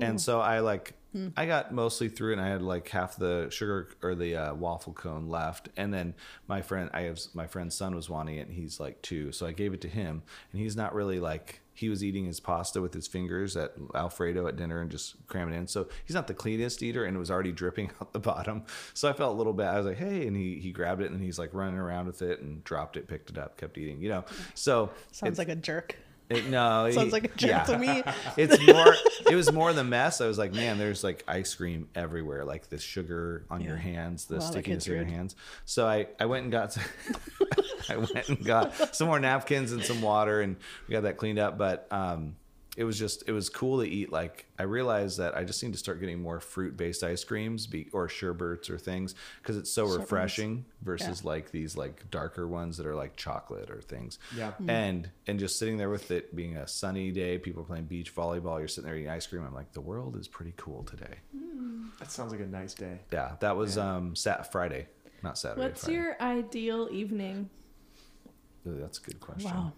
Speaker 2: And so I like
Speaker 1: Hmm.
Speaker 2: I got mostly through, and I had like half the sugar or the uh, waffle cone left, and then my friend I have my friend's son was wanting it, and he's like two, so I gave it to him, and he's not really like he was eating his pasta with his fingers at Alfredo at dinner and just cramming it in. So he's not the cleanest eater and it was already dripping out the bottom. So I felt a little bad. I was like, hey, and he, he grabbed it and he's like running around with it and dropped it, picked it up, kept eating, you know. So
Speaker 1: Sounds
Speaker 2: it's-
Speaker 1: like a jerk.
Speaker 2: it, no,
Speaker 1: Sounds
Speaker 2: he-
Speaker 1: like a jerk
Speaker 2: yeah.
Speaker 1: to me.
Speaker 2: It's more. It was more the mess. I was like, man, there's like ice cream everywhere, like the sugar on your
Speaker 1: Yeah.
Speaker 2: hands, the
Speaker 1: Wow, that
Speaker 2: stickiness
Speaker 1: kid's
Speaker 2: of your
Speaker 1: rude.
Speaker 2: hands. So I, I went and got, some, I went and got some more napkins and some water, and we got that cleaned up. But um, it was just it was cool to eat like i realized that i just need to start getting more fruit based ice creams be, or sherbets or things because it's so refreshing versus like these like darker ones that are like chocolate or things
Speaker 3: Yeah.
Speaker 4: Mm-hmm.
Speaker 2: and and just sitting there with it being a sunny day people playing beach volleyball you're sitting there eating ice cream i'm like the world is pretty cool today
Speaker 3: That sounds like a nice day.
Speaker 2: yeah that was um sat friday not saturday
Speaker 4: What's
Speaker 2: friday.
Speaker 4: your ideal evening?
Speaker 2: Ooh, that's a good question
Speaker 1: Wow.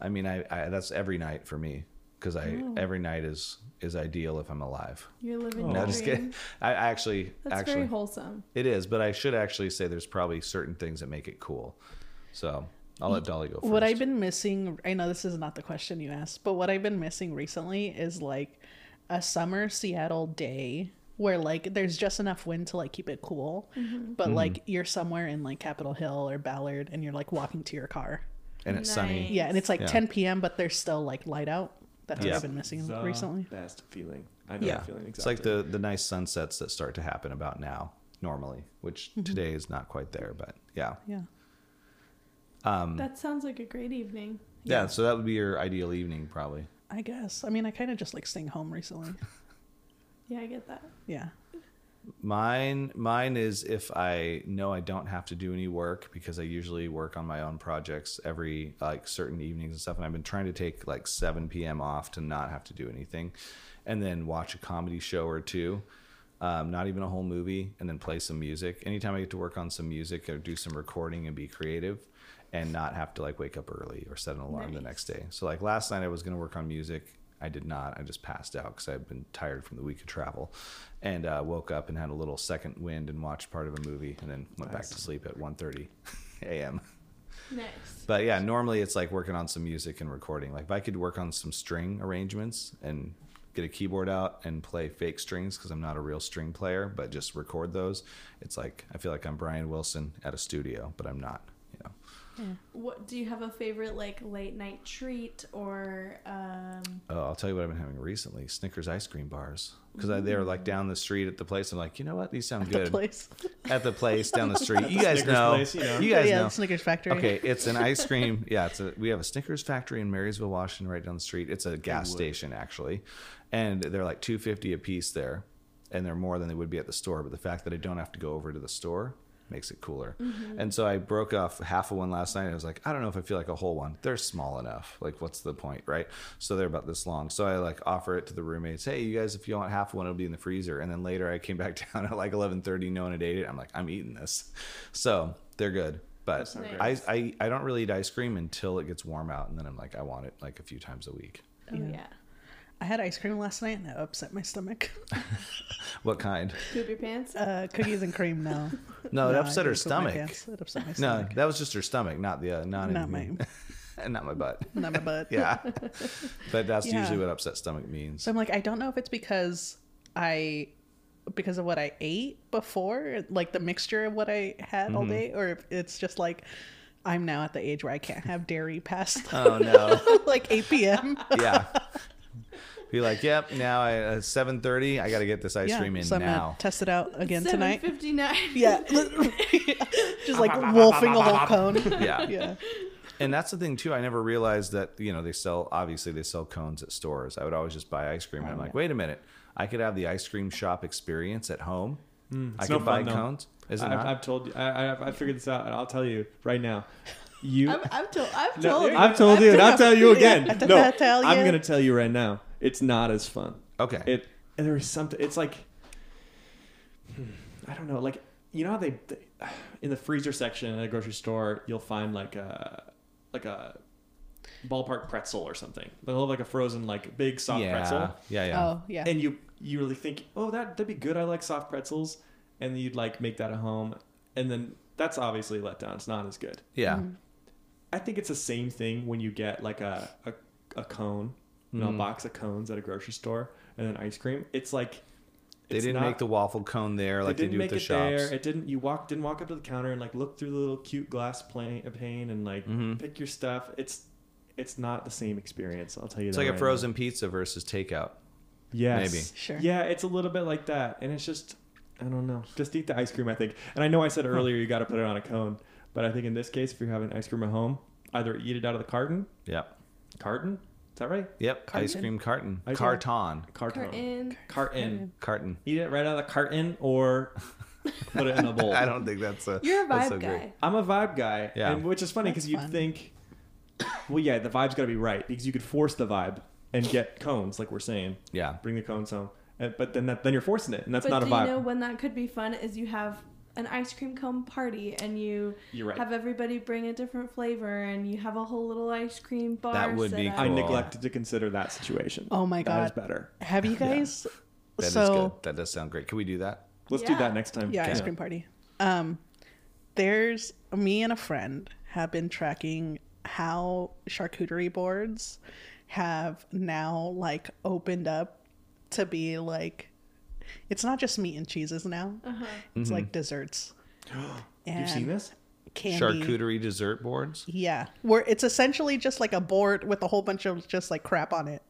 Speaker 2: i mean i, I that's every night for me because i
Speaker 4: Oh.
Speaker 2: every night is is ideal if i'm alive
Speaker 4: You're living
Speaker 3: Oh.
Speaker 4: your
Speaker 2: No,
Speaker 4: dream.
Speaker 2: just kidding. I I actually,
Speaker 4: That's
Speaker 2: actually,
Speaker 4: very wholesome.
Speaker 2: it is. But I should actually say there's probably certain things that make it cool. So I'll let Dolly go first.
Speaker 1: What I've been missing, I know this is not the question you asked, but what I've been missing recently is like a summer Seattle day where like there's just enough wind to like keep it cool, but
Speaker 2: Mm.
Speaker 1: like you're somewhere in like Capitol Hill or Ballard and you're like walking to your car.
Speaker 2: and it's sunny.
Speaker 4: Nice.
Speaker 1: Yeah, and it's like
Speaker 2: Yeah.
Speaker 1: 10 p.m., but there's still like light out. That's what
Speaker 2: Yeah.
Speaker 1: I've been missing
Speaker 3: The
Speaker 1: recently.
Speaker 3: Best feeling. I know
Speaker 2: Yeah,
Speaker 3: that feeling exactly.
Speaker 2: it's like the the nice sunsets that start to happen about now normally, which today is not quite there. But yeah.
Speaker 1: Yeah.
Speaker 2: um,
Speaker 4: That sounds like a great evening.
Speaker 2: yeah, So that would be your ideal evening, probably.
Speaker 1: I guess. I mean, I kind of just like staying home recently.
Speaker 4: Yeah, I get that.
Speaker 1: Yeah.
Speaker 2: Mine, mine is if I know I don't have to do any work because I usually work on my own projects every like certain evenings and stuff. And I've been trying to take like 7 p.m. off to not have to do anything, and then watch a comedy show or two, um, not even a whole movie, and then play some music. Anytime I get to work on some music or do some recording and be creative, and not have to like wake up early or set an alarm the next day. So like last night I was going to work on music I did not. I just passed out because I've been tired from the week of travel, and uh, woke up and had a little second wind and watched part of a movie, and then went back to sleep at 1.30 a.m.
Speaker 4: Nice.
Speaker 2: But yeah, normally it's like working on some music and recording. Like if I could work on some string arrangements and get a keyboard out and play fake strings because I'm not a real string player, but just record those. It's like I feel like I'm Brian Wilson at a studio, but I'm not. You know.
Speaker 4: What do you have a favorite like late night treat or um
Speaker 2: Oh, I'll tell you what I've been having recently: Snickers ice cream bars. Because they were like down the street at the place. I'm like, you know what? These sound good.
Speaker 1: The place.
Speaker 2: at the place down the street. You guys
Speaker 3: Snickers
Speaker 2: know.
Speaker 3: place, you
Speaker 2: you,
Speaker 3: know.
Speaker 2: guys
Speaker 1: yeah,
Speaker 2: know.
Speaker 1: the Snickers Factory.
Speaker 2: Okay, it's an ice cream. Yeah, it's a, we have a Snickers factory in Marysville, Washington, right down the street. It's a gas station actually, and they're like two fifty a piece there, and they're more than they would be at the store. But the fact that I don't have to go over to the store makes it cooler. And so I broke off half of one last night. And I was like, I don't know if I feel like a whole one. They're small enough. Like, what's the point, right? So they're about this long. So I like offer it to the roommates. Hey, you guys, if you want half one, it'll be in the freezer. And then later I came back down at like eleven thirty. No one had ate it. I'm like, I'm eating this. So they're good. But
Speaker 4: not great.
Speaker 2: I, I I don't really eat ice cream until it gets warm out, and then I'm like, I want it like a few times a week.
Speaker 4: oh yeah.
Speaker 1: I had ice cream last night and it upset my stomach.
Speaker 2: What kind?
Speaker 4: Poop your pants?
Speaker 1: Uh, cookies and cream, no.
Speaker 2: No, it
Speaker 1: I
Speaker 2: upset her
Speaker 1: didn't poop my
Speaker 2: stomach.
Speaker 1: pants. It upset my
Speaker 2: No,
Speaker 1: stomach.
Speaker 2: that was just her stomach, not the uh, not
Speaker 1: Not
Speaker 2: anything. and not my butt.
Speaker 1: Not my butt.
Speaker 2: Yeah, but that's
Speaker 1: Yeah.
Speaker 2: usually what upset stomach means.
Speaker 1: So I'm like, I don't know if it's because I, because of what I ate before, like the mixture of what I had
Speaker 2: Mm-hmm.
Speaker 1: all day, or if it's just like I'm now at the age where I can't have dairy past
Speaker 2: oh no.
Speaker 1: like 8 p.m.
Speaker 2: yeah. Be like, yep. Now I uh, seven thirty. I got to get this ice cream in
Speaker 1: so I'm gonna
Speaker 2: now.
Speaker 1: test it out again tonight.
Speaker 4: 7:59.
Speaker 1: Yeah, just like wolfing a whole cone.
Speaker 2: yeah.
Speaker 1: Yeah,
Speaker 2: and that's the thing too. I never realized that you know they sell obviously they sell cones at stores. I would always just buy ice cream, and I'm like, wait a minute, I could have the ice cream shop experience at home. I
Speaker 3: Mm, It's
Speaker 2: could
Speaker 3: no
Speaker 2: buy
Speaker 3: fun, though.
Speaker 2: cones. Is it
Speaker 3: I've,
Speaker 2: not?
Speaker 3: I've told you. I, I, I figured this out, and I'll tell you right now. You,
Speaker 4: I've, I've told I've
Speaker 3: No,
Speaker 4: told
Speaker 3: I've told you, and I'll tell you again.
Speaker 1: I
Speaker 3: no,
Speaker 1: did tell you.
Speaker 3: I'm gonna tell you right now. It's not as fun.
Speaker 2: Okay.
Speaker 3: It there is something. It's like hmm, I don't know. Like you know how they, they in the freezer section at a grocery store, you'll find like a like a ballpark pretzel or something. They'll have like a frozen like big soft
Speaker 2: yeah.
Speaker 3: pretzel
Speaker 2: yeah, yeah,
Speaker 1: Oh yeah.
Speaker 3: and you you really think, oh, that that'd be good. I like soft pretzels, and then you'd like make that at home, and then that's obviously let down. It's not as good.
Speaker 2: yeah.
Speaker 3: I think it's the same thing when you get like a a, a cone, you
Speaker 2: Mm-hmm.
Speaker 3: know, a box of cones at a grocery store, and then ice cream. It's like
Speaker 2: They
Speaker 3: it's
Speaker 2: didn't
Speaker 3: not-
Speaker 2: make the waffle cone there like they,
Speaker 3: didn't
Speaker 2: do at
Speaker 3: make
Speaker 2: the
Speaker 3: it
Speaker 2: shops.
Speaker 3: there. It didn't. You walk didn't walk up to the counter and like look through the little cute glass plane, uh, pane and like
Speaker 2: Mm-hmm.
Speaker 3: pick your stuff. It's it's not the same experience. I'll tell you.
Speaker 2: it's
Speaker 3: that
Speaker 2: like a
Speaker 3: right now.
Speaker 2: frozen pizza versus takeout.
Speaker 3: Yes.
Speaker 2: Maybe.
Speaker 1: Sure.
Speaker 3: Yeah, it's a little bit like that. And it's just, I don't know. Just eat the ice cream, I think. And I know I said earlier you got to put it on a cone. But I think in this case, if you're having ice cream at home, either eat it out of the carton,
Speaker 2: Yeah.
Speaker 3: carton, that right?
Speaker 2: Yep. Ice
Speaker 1: Carton.
Speaker 2: cream carton.
Speaker 3: Ice cream.
Speaker 2: Carton.
Speaker 3: Carton.
Speaker 4: Curtain.
Speaker 3: Carton.
Speaker 2: Carton.
Speaker 3: Eat it right out of the carton or put it in a bowl.
Speaker 2: I don't think that's a.
Speaker 4: You're a
Speaker 2: that's
Speaker 4: vibe
Speaker 2: so great.
Speaker 4: guy.
Speaker 3: I'm a vibe guy,
Speaker 2: Yeah.
Speaker 3: and which is funny because
Speaker 1: That's
Speaker 3: you'd
Speaker 1: fun.
Speaker 3: think, well, yeah, the vibe's got to be right because you could force the vibe and get cones, like we're saying,
Speaker 2: Yeah.
Speaker 3: bring the cones home. And, but then that then you're forcing it, and that's
Speaker 4: but
Speaker 3: not a
Speaker 4: do
Speaker 3: vibe.
Speaker 4: you know when that could be fun? Is you have an ice cream cone party and you
Speaker 3: You're right.
Speaker 4: have everybody bring a different flavor and you have a whole little ice cream bar.
Speaker 2: would
Speaker 4: set
Speaker 2: be
Speaker 4: up.
Speaker 3: I
Speaker 2: cool.
Speaker 3: neglected to consider that situation.
Speaker 1: Oh my
Speaker 3: that is
Speaker 1: God.
Speaker 3: better.
Speaker 1: Have you guys?
Speaker 2: That is good.
Speaker 1: so
Speaker 2: That does sound great. Can we do that?
Speaker 3: Let's do
Speaker 4: Yeah.
Speaker 3: that next time.
Speaker 1: yeah, ice cream party. Um, there's me and a friend have been tracking how charcuterie boards have now like opened up to be like it's not just meat and cheeses now. It's like desserts. and
Speaker 3: You've seen this?
Speaker 1: Candy.
Speaker 2: Charcuterie dessert boards,
Speaker 1: Yeah, where it's essentially just like a board with a whole bunch of just like crap on it.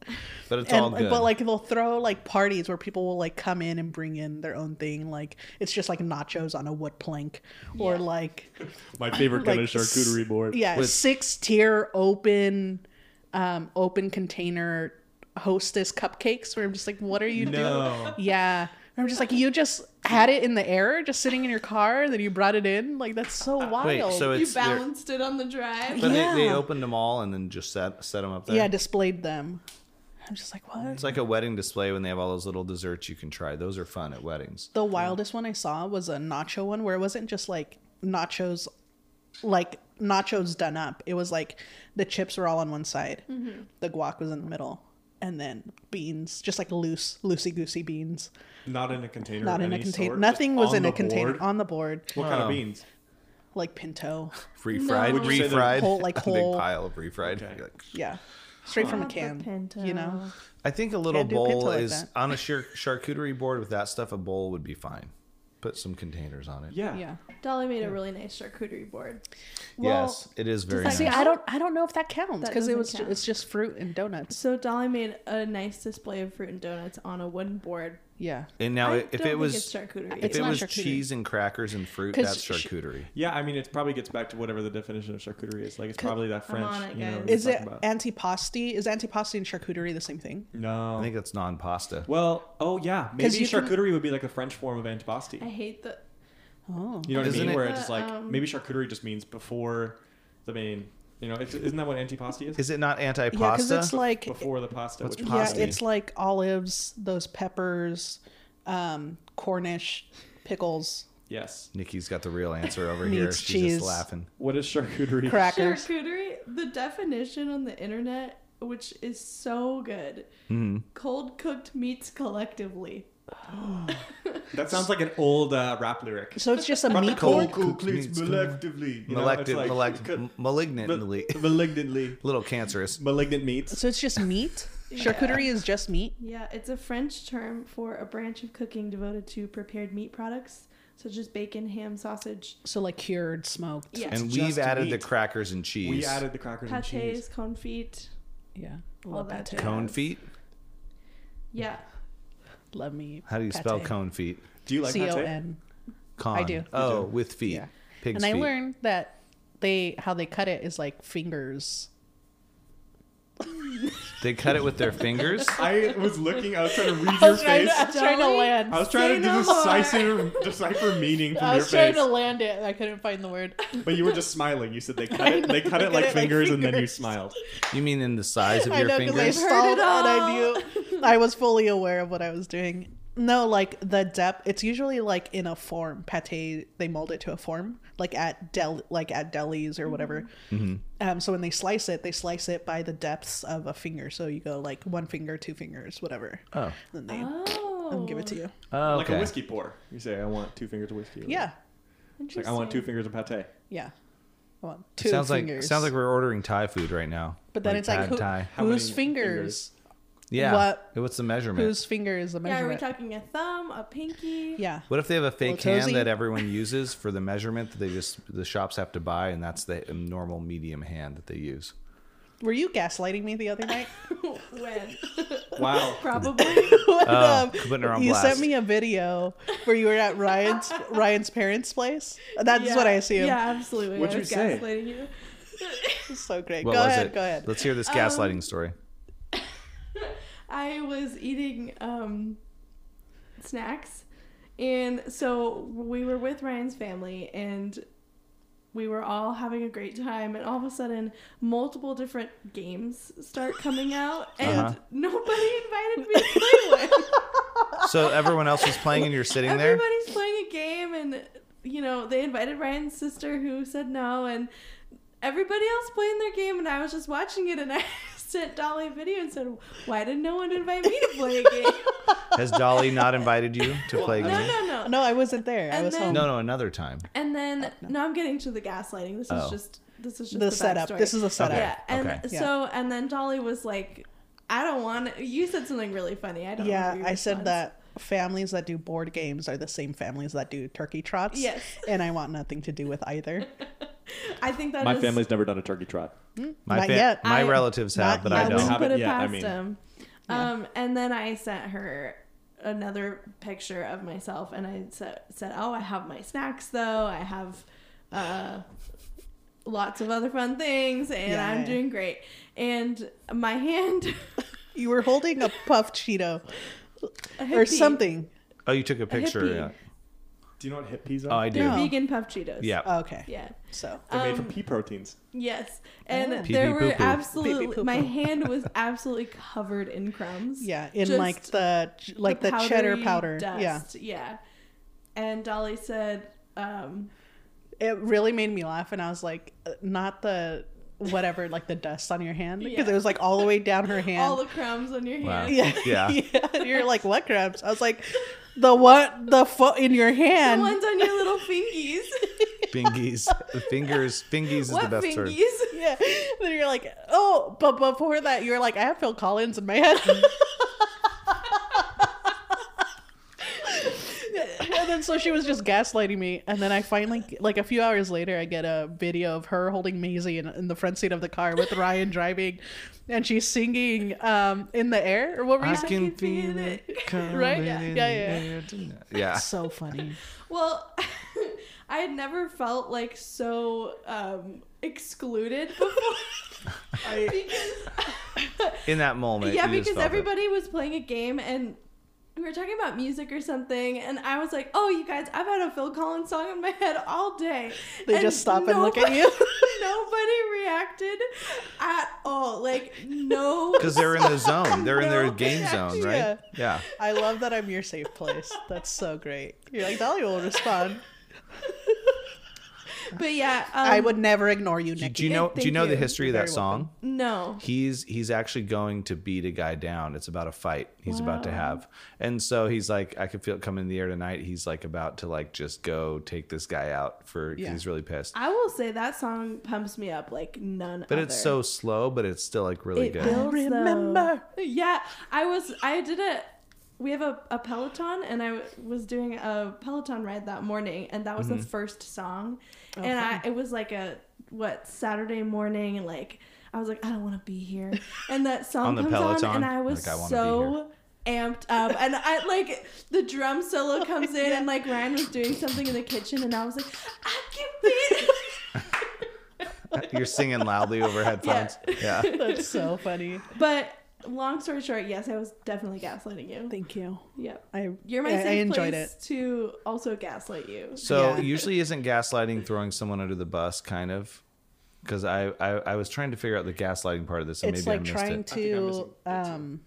Speaker 2: but it's
Speaker 1: and,
Speaker 2: all good.
Speaker 1: But like they'll throw like parties where people will like come in and bring in their own thing. Like it's just like nachos on a wood plank, or
Speaker 4: Yeah.
Speaker 1: like
Speaker 3: My favorite
Speaker 1: like s- Yeah,
Speaker 2: With-
Speaker 1: six tier open, um, open container hostess cupcakes. Where I'm just like, what are you
Speaker 3: No.
Speaker 1: doing? Yeah. And I'm just like you just had it in the air, just sitting in your car, then you brought it in. Like that's so wild.
Speaker 2: Wait, so
Speaker 4: You
Speaker 2: it's they're-
Speaker 4: balanced it on the drive.
Speaker 2: But they, they
Speaker 1: Yeah.
Speaker 2: opened them all and then just set set them up there.
Speaker 1: yeah, displayed them. I'm just like, what?
Speaker 2: It's like a wedding display when they have all those little desserts you can try. Those are fun at weddings.
Speaker 1: The wildest one I saw was a nacho one where it wasn't just like nachos, like nachos done up. It was like the chips were all on one side,
Speaker 4: Mm-hmm.
Speaker 1: the guac was in the middle, and then beans, just like loose, loosey goosey beans,
Speaker 3: Not in a container.
Speaker 1: not
Speaker 3: of
Speaker 1: in a
Speaker 3: any
Speaker 1: container.
Speaker 3: sort,
Speaker 1: Nothing
Speaker 3: just
Speaker 1: was
Speaker 3: on
Speaker 1: in
Speaker 3: the
Speaker 1: a container
Speaker 3: board.
Speaker 1: on the board,
Speaker 3: What kind
Speaker 2: Oh.
Speaker 3: of beans?
Speaker 1: like pinto.
Speaker 2: Refried,
Speaker 4: Would
Speaker 3: you say they're
Speaker 2: refried,
Speaker 1: whole- like
Speaker 2: a
Speaker 1: whole-
Speaker 2: big pile of refried.
Speaker 3: Okay.
Speaker 2: You're like-
Speaker 1: Yeah, straight from a
Speaker 4: Not the
Speaker 1: can.
Speaker 4: pinto.
Speaker 1: You know,
Speaker 2: I think a little
Speaker 1: Can't do
Speaker 2: bowl
Speaker 1: pinto like
Speaker 2: is
Speaker 1: that.
Speaker 2: on a char- charcuterie board with that stuff. A bowl would be fine. Put some containers on it.
Speaker 3: Yeah.
Speaker 1: yeah.
Speaker 4: Dolly made a really nice charcuterie board.
Speaker 1: Well,
Speaker 2: yes, it is very
Speaker 4: that
Speaker 2: nice.
Speaker 1: See, I don't, I don't know if that counts
Speaker 4: That
Speaker 1: because it
Speaker 4: doesn't
Speaker 1: was, ju-
Speaker 4: count.
Speaker 1: it's just fruit and donuts.
Speaker 4: So Dolly made a nice display of fruit and donuts on a wooden board.
Speaker 1: Yeah,
Speaker 2: and now,
Speaker 4: I
Speaker 2: if
Speaker 4: don't
Speaker 2: it
Speaker 4: think
Speaker 2: was
Speaker 4: it's charcuterie.
Speaker 2: if
Speaker 1: It's
Speaker 2: it
Speaker 1: not
Speaker 2: was
Speaker 1: charcuterie.
Speaker 2: cheese and crackers and fruit,
Speaker 1: 'Cause
Speaker 2: that's
Speaker 1: she-
Speaker 2: charcuterie.
Speaker 3: Yeah, I mean, it probably gets back to whatever the definition of charcuterie is. Like, it's probably that
Speaker 4: I'm
Speaker 3: French.
Speaker 4: on it,
Speaker 3: you know,
Speaker 4: guys.
Speaker 3: we
Speaker 1: is
Speaker 3: talked
Speaker 1: it
Speaker 3: about.
Speaker 1: antipasti? Is antipasti and charcuterie the same thing?
Speaker 3: No.
Speaker 2: I think that's non-pasta.
Speaker 3: Well, oh yeah,
Speaker 1: 'Cause
Speaker 3: maybe
Speaker 1: you can-
Speaker 3: charcuterie would be like the French form of
Speaker 4: I
Speaker 3: antipasti.
Speaker 4: hate the
Speaker 1: Oh,
Speaker 3: You know what I
Speaker 2: Isn't
Speaker 3: mean?
Speaker 2: it-
Speaker 3: Where it's just like
Speaker 4: Um,
Speaker 3: maybe charcuterie just means before the main. You know, it's, isn't that what antipasti is?
Speaker 2: Is it not
Speaker 1: yeah, because
Speaker 2: anti-pasta?
Speaker 1: it's like
Speaker 3: Before the pasta,
Speaker 2: What's
Speaker 3: which
Speaker 1: yeah,
Speaker 2: pasta?
Speaker 1: it's like olives, those peppers, um, Cornish pickles,
Speaker 3: yes.
Speaker 2: Nikki's got the real answer over here.
Speaker 1: Meats,
Speaker 2: She's
Speaker 1: cheese.
Speaker 2: just laughing.
Speaker 3: What is charcuterie?
Speaker 1: crackers.
Speaker 4: charcuterie. The definition on the internet, which is so good,
Speaker 2: Mm-hmm.
Speaker 4: cold cooked meats collectively.
Speaker 3: That sounds like an old uh, rap lyric.
Speaker 1: So it's just a
Speaker 3: Not the
Speaker 1: meat board.
Speaker 3: cold cook, please,
Speaker 2: Meats,
Speaker 3: collectively. You know,
Speaker 2: Malecti-
Speaker 3: it's like-
Speaker 2: malec-
Speaker 3: co-
Speaker 2: m- malignantly,
Speaker 3: ma- malignantly,
Speaker 2: little cancerous.
Speaker 3: malignant meats.
Speaker 1: So it's just meat. Charcuterie is just meat.
Speaker 4: Yeah, it's a French term for a branch of cooking devoted to prepared meat products such as bacon, ham, sausage,
Speaker 1: So like cured, smoked.
Speaker 4: yeah,
Speaker 2: And
Speaker 3: It's
Speaker 2: we've
Speaker 3: just
Speaker 2: added the
Speaker 3: meat.
Speaker 2: crackers and cheese.
Speaker 3: We added the crackers and cheese.
Speaker 4: pâtes, confit.
Speaker 1: Yeah.
Speaker 4: All
Speaker 1: Love
Speaker 4: that
Speaker 1: pate.
Speaker 4: jazz.
Speaker 2: cone feet.
Speaker 4: Yeah,
Speaker 1: Love me.
Speaker 2: How do you spell
Speaker 1: pate.
Speaker 2: cone feet?
Speaker 3: Do you like
Speaker 1: C O
Speaker 3: pate?
Speaker 1: N.
Speaker 2: Con.
Speaker 1: I do.
Speaker 2: Oh, with feet.
Speaker 1: Yeah.
Speaker 2: Pig's
Speaker 1: And I
Speaker 2: feet.
Speaker 1: learned that they how they cut it is like fingers.
Speaker 2: They cut it with their fingers.
Speaker 3: I was looking. I was trying to read your face.
Speaker 1: I was trying to
Speaker 4: Dolly?
Speaker 1: land.
Speaker 3: I was trying
Speaker 4: Say
Speaker 3: to
Speaker 4: no
Speaker 3: decipher, decipher meaning from
Speaker 1: I
Speaker 3: your
Speaker 1: was trying
Speaker 3: face,
Speaker 1: to land it and I couldn't find the word.
Speaker 3: but you were just smiling. You said they cut it, they
Speaker 1: They
Speaker 3: cut it
Speaker 1: cut
Speaker 3: like
Speaker 1: it like
Speaker 3: fingers, and then you
Speaker 1: fingers.
Speaker 3: smiled.
Speaker 2: You mean in the size of
Speaker 1: I
Speaker 2: your
Speaker 1: know because I
Speaker 2: fingers?
Speaker 4: I've heard
Speaker 1: saw
Speaker 4: it
Speaker 1: it and I
Speaker 4: all.
Speaker 1: knew I was fully aware of what I was doing. No, like the depth. It's usually like in a form pate. They mold it to a form, like at del, like at delis or whatever.
Speaker 4: Mm-hmm.
Speaker 2: Mm-hmm.
Speaker 1: Um, so when they slice it, they slice it by the depths of a finger. So you go like one finger, two fingers, whatever.
Speaker 2: Oh,
Speaker 1: Then they
Speaker 4: Oh,
Speaker 1: and give it to you.
Speaker 2: oh
Speaker 3: Like a
Speaker 2: okay.
Speaker 3: whiskey pour. You say, "I want two fingers of whiskey."
Speaker 1: Yeah,
Speaker 3: It's like I want two fingers of pate.
Speaker 1: yeah. Well, two
Speaker 2: sounds
Speaker 1: fingers.
Speaker 2: like sounds like we're ordering Thai food right now.
Speaker 1: But then it's like
Speaker 2: pad
Speaker 1: who,
Speaker 2: Thai.
Speaker 3: How
Speaker 1: whose
Speaker 3: many
Speaker 1: fingers?
Speaker 2: Yeah.
Speaker 1: what-
Speaker 2: What's the measurement?
Speaker 1: Whose finger is the
Speaker 4: Yeah, are we
Speaker 1: measurement?
Speaker 4: talking a thumb, a pinky?
Speaker 1: yeah.
Speaker 2: What if they have a fake
Speaker 1: Little
Speaker 2: hand
Speaker 1: toesy.
Speaker 2: that everyone uses for the measurement that they just the shops have to buy, and that's the normal medium hand that they use?
Speaker 1: Were you gaslighting me the other night?
Speaker 4: when?
Speaker 3: Wow.
Speaker 4: Probably.
Speaker 1: But, um,
Speaker 2: Oh, putting her on
Speaker 1: you
Speaker 2: blast.
Speaker 1: sent me a video where you were at Ryan's Ryan's parents' place. That's what I assume.
Speaker 4: Yeah,
Speaker 1: Yeah.
Speaker 4: absolutely.
Speaker 3: What'd
Speaker 4: I
Speaker 3: you
Speaker 4: was
Speaker 3: say?
Speaker 4: gaslighting you.
Speaker 1: So great.
Speaker 2: What
Speaker 1: go
Speaker 2: was
Speaker 1: ahead,
Speaker 2: it?
Speaker 1: go ahead. Um,
Speaker 2: Let's hear this gaslighting story.
Speaker 4: I was eating um, snacks, and so we were with Ryan's family, and we were all having a great time. And all of a sudden, multiple different games start coming out, and
Speaker 2: Uh-huh.
Speaker 4: nobody invited me to play one.
Speaker 2: So everyone else was playing and you're sitting there.
Speaker 4: Everybody's playing a game, and you know they invited Ryan's sister, who said no, and everybody else playing their game, and I was just watching it, and I sent Dolly a video and said, "Why did no one invite me to play a game?"
Speaker 2: Has Dolly not invited you to play a
Speaker 4: no,
Speaker 2: game?
Speaker 4: no, no,
Speaker 1: No, I wasn't there. I
Speaker 4: And
Speaker 1: was
Speaker 4: then-
Speaker 1: home.
Speaker 2: No, no, another time.
Speaker 4: And then no, I'm getting to the gaslighting. This is
Speaker 2: Oh.
Speaker 4: just this is just
Speaker 1: the,
Speaker 4: the,
Speaker 1: setup.
Speaker 4: backstory.
Speaker 1: This is a setup.
Speaker 2: Okay.
Speaker 4: yeah. And
Speaker 2: okay.
Speaker 1: Yeah.
Speaker 4: so and then Dolly was like, "I don't want." to You said something really funny. I don't.
Speaker 1: Yeah,
Speaker 4: remember your
Speaker 1: I said
Speaker 4: response.
Speaker 1: that families that do board games are the same families that do turkey trots.
Speaker 4: Yes.
Speaker 1: And I want nothing to do with either.
Speaker 4: I think that
Speaker 3: My
Speaker 4: is-
Speaker 3: family's never done a turkey trot.
Speaker 2: My
Speaker 1: Not yet.
Speaker 2: my
Speaker 4: I-
Speaker 2: relatives have,
Speaker 1: not
Speaker 2: but
Speaker 1: yet.
Speaker 2: I
Speaker 4: I wouldn't
Speaker 2: don't.
Speaker 3: Haven't
Speaker 4: put it
Speaker 3: yet, I
Speaker 4: past
Speaker 3: mean.
Speaker 4: him. Um, and then I sent her another picture of myself, and I said, said "Oh, I have my snacks though. I have uh, lots of other fun things, and
Speaker 1: Yeah,
Speaker 4: I'm
Speaker 1: yeah.
Speaker 4: doing great." And my hand,
Speaker 1: You were holding a puff Cheeto
Speaker 4: a
Speaker 1: or
Speaker 4: hippie-
Speaker 1: something.
Speaker 2: Oh, you took a picture.
Speaker 4: hippie.
Speaker 2: yeah.
Speaker 3: Do you know what hip peas
Speaker 2: Oh,
Speaker 3: are?
Speaker 2: I do.
Speaker 4: They're
Speaker 1: No.
Speaker 4: vegan puff Cheetos.
Speaker 2: Yeah.
Speaker 1: Okay.
Speaker 4: yeah.
Speaker 1: So
Speaker 3: They're made
Speaker 4: Um,
Speaker 3: from pea proteins.
Speaker 4: Yes, and
Speaker 1: Oh.
Speaker 2: Pee-pee
Speaker 4: there were
Speaker 2: poo-poo.
Speaker 4: absolutely
Speaker 1: Pee-pee
Speaker 4: my
Speaker 1: poo-poo.
Speaker 4: hand was absolutely covered in crumbs.
Speaker 1: yeah, in
Speaker 4: Just
Speaker 1: like the like the, cheddar
Speaker 4: powdery
Speaker 1: powder. Yeah.
Speaker 4: dust, yeah. And Dolly said, um,
Speaker 1: It really made me laugh and I was like uh, not the whatever like the dust on your hand because
Speaker 4: Yeah.
Speaker 1: it was like all the way down her hand.
Speaker 4: all the crumbs on your
Speaker 2: Wow.
Speaker 4: hand.
Speaker 1: yeah.
Speaker 2: Yeah.
Speaker 1: And You're like what crumbs? I was like the what the foot in your hand.
Speaker 4: The ones on your little fingies.
Speaker 2: Fingies. Fingers. Fingies is the
Speaker 4: what
Speaker 2: best word.
Speaker 4: fingies?
Speaker 1: Yeah. Then you're like, oh, but before that, you're like, I have Phil Collins in my head. and then so she was just gaslighting me. And then I finally, like a few hours later, I get a video of her holding Maisie in, in the front seat of the car with Ryan driving. And she's singing um, in the air. Or what were you
Speaker 2: I
Speaker 1: saying?
Speaker 2: can
Speaker 4: can feel
Speaker 2: feel
Speaker 4: it.
Speaker 2: it coming
Speaker 1: Right? Yeah.
Speaker 2: in
Speaker 1: Yeah,
Speaker 2: the
Speaker 1: yeah.
Speaker 2: air tonight. Yeah.
Speaker 1: So funny.
Speaker 4: Well, I had never felt like so um, excluded before. because
Speaker 2: In that moment.
Speaker 4: yeah,
Speaker 2: you just
Speaker 4: because
Speaker 2: felt it.
Speaker 4: everybody was playing a game and we were talking about music or something, and I was like, "Oh, you guys, I've had a Phil Collins song in my head all day."
Speaker 1: They
Speaker 4: And
Speaker 1: just stop and look at you.
Speaker 4: nobody reacted at all. Like no,
Speaker 2: Because they're in the zone. They're in their
Speaker 4: No,
Speaker 2: game zone, right?
Speaker 1: yeah.
Speaker 2: yeah.
Speaker 1: I love that I'm your safe place. That's so great. You're like, Dolly will respond.
Speaker 4: But yeah, um,
Speaker 1: I would never ignore you, Nikki.
Speaker 2: Do you know? Do you
Speaker 4: thank
Speaker 2: know the
Speaker 4: you.
Speaker 2: history of
Speaker 1: You're
Speaker 2: that
Speaker 1: very
Speaker 2: song?
Speaker 1: welcome.
Speaker 4: No,
Speaker 2: He's he's actually going to beat a guy down. It's about a fight he's about to have, and so he's like, I can feel it coming in the air tonight. He's like about to like just go take this guy out for 'cause
Speaker 1: Yeah.
Speaker 2: he's really pissed.
Speaker 4: I will say that song pumps me up like none.
Speaker 2: But
Speaker 4: other.
Speaker 2: it's so slow, but it's still like really
Speaker 4: It
Speaker 2: good.
Speaker 4: builds-
Speaker 1: Remember.
Speaker 4: Yeah, I was. I did a. We have a, a Peloton, and I w- was doing a Peloton ride that morning, and that was
Speaker 2: Mm-hmm.
Speaker 4: the first song,
Speaker 1: Oh,
Speaker 4: and I it was like a what Saturday morning, and like I was like I don't want to be here, and that song
Speaker 2: On the
Speaker 4: comes
Speaker 2: Peloton?
Speaker 4: on, and I was
Speaker 2: Like, I wanna be
Speaker 4: so amped up, and I like the drum solo comes in, and like Ryan was doing something in the kitchen, and I was like I can feel it.
Speaker 2: You're singing loudly over headphones. Yeah.
Speaker 1: That's so funny.
Speaker 4: But long story short, yes, I was definitely gaslighting you.
Speaker 1: Thank you.
Speaker 4: Yep.
Speaker 1: I
Speaker 4: You're my
Speaker 1: I,
Speaker 4: safe
Speaker 1: I enjoyed
Speaker 4: place
Speaker 1: it.
Speaker 4: to also gaslight you.
Speaker 2: So
Speaker 1: Yeah.
Speaker 2: usually isn't gaslighting throwing someone under the bus kind of? Because I, I I was trying to figure out the gaslighting part of this, and
Speaker 1: it's
Speaker 2: maybe
Speaker 1: like
Speaker 2: I missed
Speaker 1: trying
Speaker 2: it.
Speaker 3: think I'm
Speaker 1: to
Speaker 3: missing
Speaker 1: um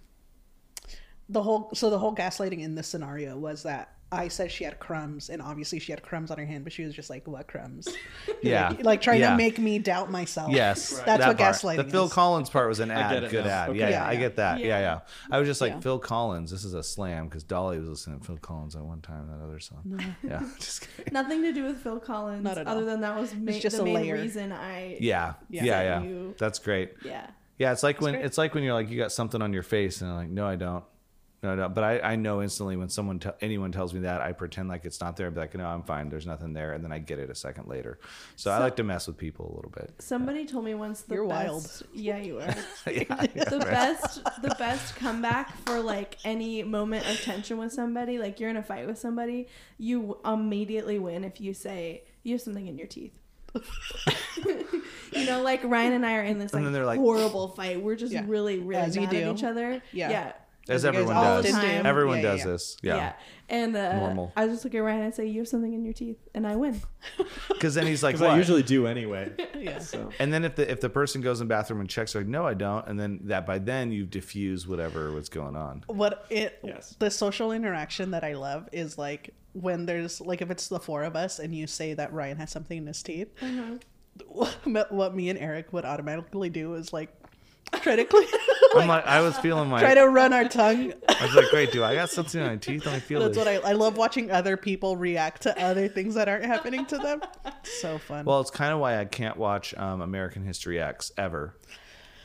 Speaker 1: the whole so the whole gaslighting in this scenario was that I said she had crumbs and obviously she had crumbs on her hand, but she was just like, What crumbs?
Speaker 2: yeah.
Speaker 1: Like trying
Speaker 2: Yeah.
Speaker 1: to make me doubt myself.
Speaker 2: Yes,
Speaker 1: That's
Speaker 2: that
Speaker 1: what
Speaker 2: part.
Speaker 1: gaslighting
Speaker 2: The Phil
Speaker 1: is.
Speaker 2: Collins part was an ad,
Speaker 3: get it
Speaker 2: good
Speaker 3: now.
Speaker 2: ad.
Speaker 3: Okay.
Speaker 2: Yeah, yeah,
Speaker 1: Yeah,
Speaker 2: I
Speaker 1: yeah.
Speaker 2: get that. Yeah. yeah,
Speaker 4: Yeah.
Speaker 2: I was just like
Speaker 1: Yeah.
Speaker 2: Phil Collins. This is a slam because Dolly was listening to Phil Collins at one time. That other song. Yeah, just kidding.
Speaker 4: Nothing to do with Phil Collins.
Speaker 1: Not at
Speaker 4: other
Speaker 1: all.
Speaker 4: than that was ma-
Speaker 1: just
Speaker 4: the
Speaker 1: a
Speaker 4: main
Speaker 1: layer.
Speaker 4: reason I.
Speaker 2: yeah, yeah,
Speaker 1: Yeah.
Speaker 2: yeah.
Speaker 4: You-
Speaker 2: That's great.
Speaker 4: Yeah.
Speaker 2: Yeah, it's like when
Speaker 1: great.
Speaker 2: it's like when you're like you got something on your face and I'm like no, I don't. No, I don't. But I, I know instantly when someone te- anyone tells me that I pretend like it's not there. I'd be like, no, I'm fine. There's nothing there, and then I get it a second later. So, I
Speaker 4: So-
Speaker 2: like to mess with people a little bit.
Speaker 4: Somebody told me once the
Speaker 1: You're wild.
Speaker 4: best. Yeah, you are.
Speaker 2: yeah, yeah,
Speaker 4: The
Speaker 2: right.
Speaker 4: best, the best comeback for like any moment of tension with somebody. Like you're in a fight with somebody, you immediately win if you say you have something in your teeth. you know, like Ryan and I are in this
Speaker 2: And
Speaker 4: like,
Speaker 2: then they're like-
Speaker 4: horrible fight. We're just
Speaker 1: Yeah.
Speaker 4: really, really
Speaker 1: As you
Speaker 4: mad at
Speaker 1: do.
Speaker 4: each other.
Speaker 1: Yeah.
Speaker 4: yeah.
Speaker 1: As
Speaker 2: As
Speaker 1: you guys
Speaker 2: everyone
Speaker 1: all
Speaker 2: does.
Speaker 1: did do.
Speaker 2: Everyone
Speaker 1: Yeah,
Speaker 2: does
Speaker 1: yeah, yeah.
Speaker 2: this. Yeah.
Speaker 4: And uh,
Speaker 2: Normal.
Speaker 4: I just look at Ryan and I say, "You have something in your teeth," and I win.
Speaker 2: Because then he's like,
Speaker 3: Because I
Speaker 2: what?
Speaker 3: usually do anyway.
Speaker 1: Yeah.
Speaker 3: So
Speaker 2: and then if the if the person goes in the bathroom and checks, like, no, I don't, and then that by then you've diffused whatever was going on.
Speaker 1: what it
Speaker 3: Yes.
Speaker 1: the social interaction that I love is like when there's like if it's the four of us and you say that Ryan has something in his teeth, what what me and Eric would automatically do is like try to clean,
Speaker 2: I'm like, I was feeling my.
Speaker 1: try to run our tongue.
Speaker 2: I was like, wait, do I got something in my teeth? I feel
Speaker 1: That's
Speaker 2: this.
Speaker 1: what I, I love watching other people react to other things that aren't happening to them. It's so fun.
Speaker 2: Well, it's kind of why I can't watch um, American History X ever,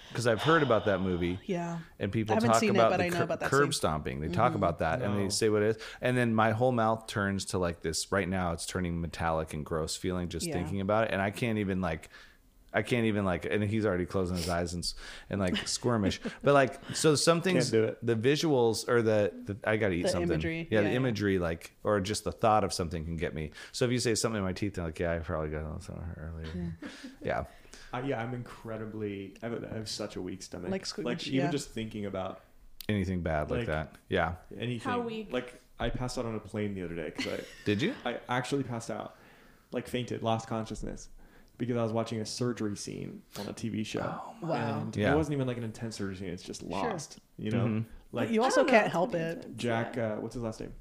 Speaker 2: because I've heard about that movie.
Speaker 1: yeah.
Speaker 2: and people
Speaker 1: I haven't
Speaker 2: talk
Speaker 1: seen it,
Speaker 2: about
Speaker 1: but
Speaker 2: the
Speaker 1: I know
Speaker 2: cur-
Speaker 1: about that
Speaker 2: curb
Speaker 1: scene. Mm-hmm.
Speaker 2: stomping. They talk about that and they
Speaker 3: No.
Speaker 2: say what it is, and then my whole mouth turns to like this. Right now, it's turning metallic and gross feeling just
Speaker 1: Yeah.
Speaker 2: thinking about it, and I can't even like. I can't even like, and he's already closing his eyes and s- and like squirmish. But like, so some things,
Speaker 3: do it.
Speaker 2: the visuals or the, the I gotta eat
Speaker 1: The
Speaker 2: something.
Speaker 1: imagery.
Speaker 2: Yeah, the
Speaker 1: Yeah, yeah.
Speaker 2: imagery, like, or just the thought of something can get me. So if you say something in my teeth, I'm like, yeah, I probably got that somewhere earlier. Yeah.
Speaker 3: I, yeah, I'm incredibly. I have, I have such a weak stomach.
Speaker 1: Like squeamish,
Speaker 3: like even
Speaker 1: yeah.
Speaker 3: just thinking about
Speaker 2: anything bad like
Speaker 3: Like-
Speaker 2: that. Yeah.
Speaker 3: anything.
Speaker 4: How weak.
Speaker 3: Like I passed out on a plane the other day because
Speaker 2: Did you?
Speaker 3: I, I actually passed out, like fainted, lost consciousness, because I was watching a surgery scene on a TV show.
Speaker 1: my Wow.
Speaker 3: And
Speaker 2: Yeah.
Speaker 3: It wasn't even like an intense surgery scene. It's just lost. You know,
Speaker 2: Mhm.
Speaker 3: like
Speaker 1: You
Speaker 4: I
Speaker 1: also
Speaker 4: don't know,
Speaker 1: can't
Speaker 4: it's
Speaker 1: help
Speaker 4: pretty
Speaker 1: it.
Speaker 4: intense.
Speaker 3: Jack.
Speaker 4: Yeah.
Speaker 3: Uh, what's his last name?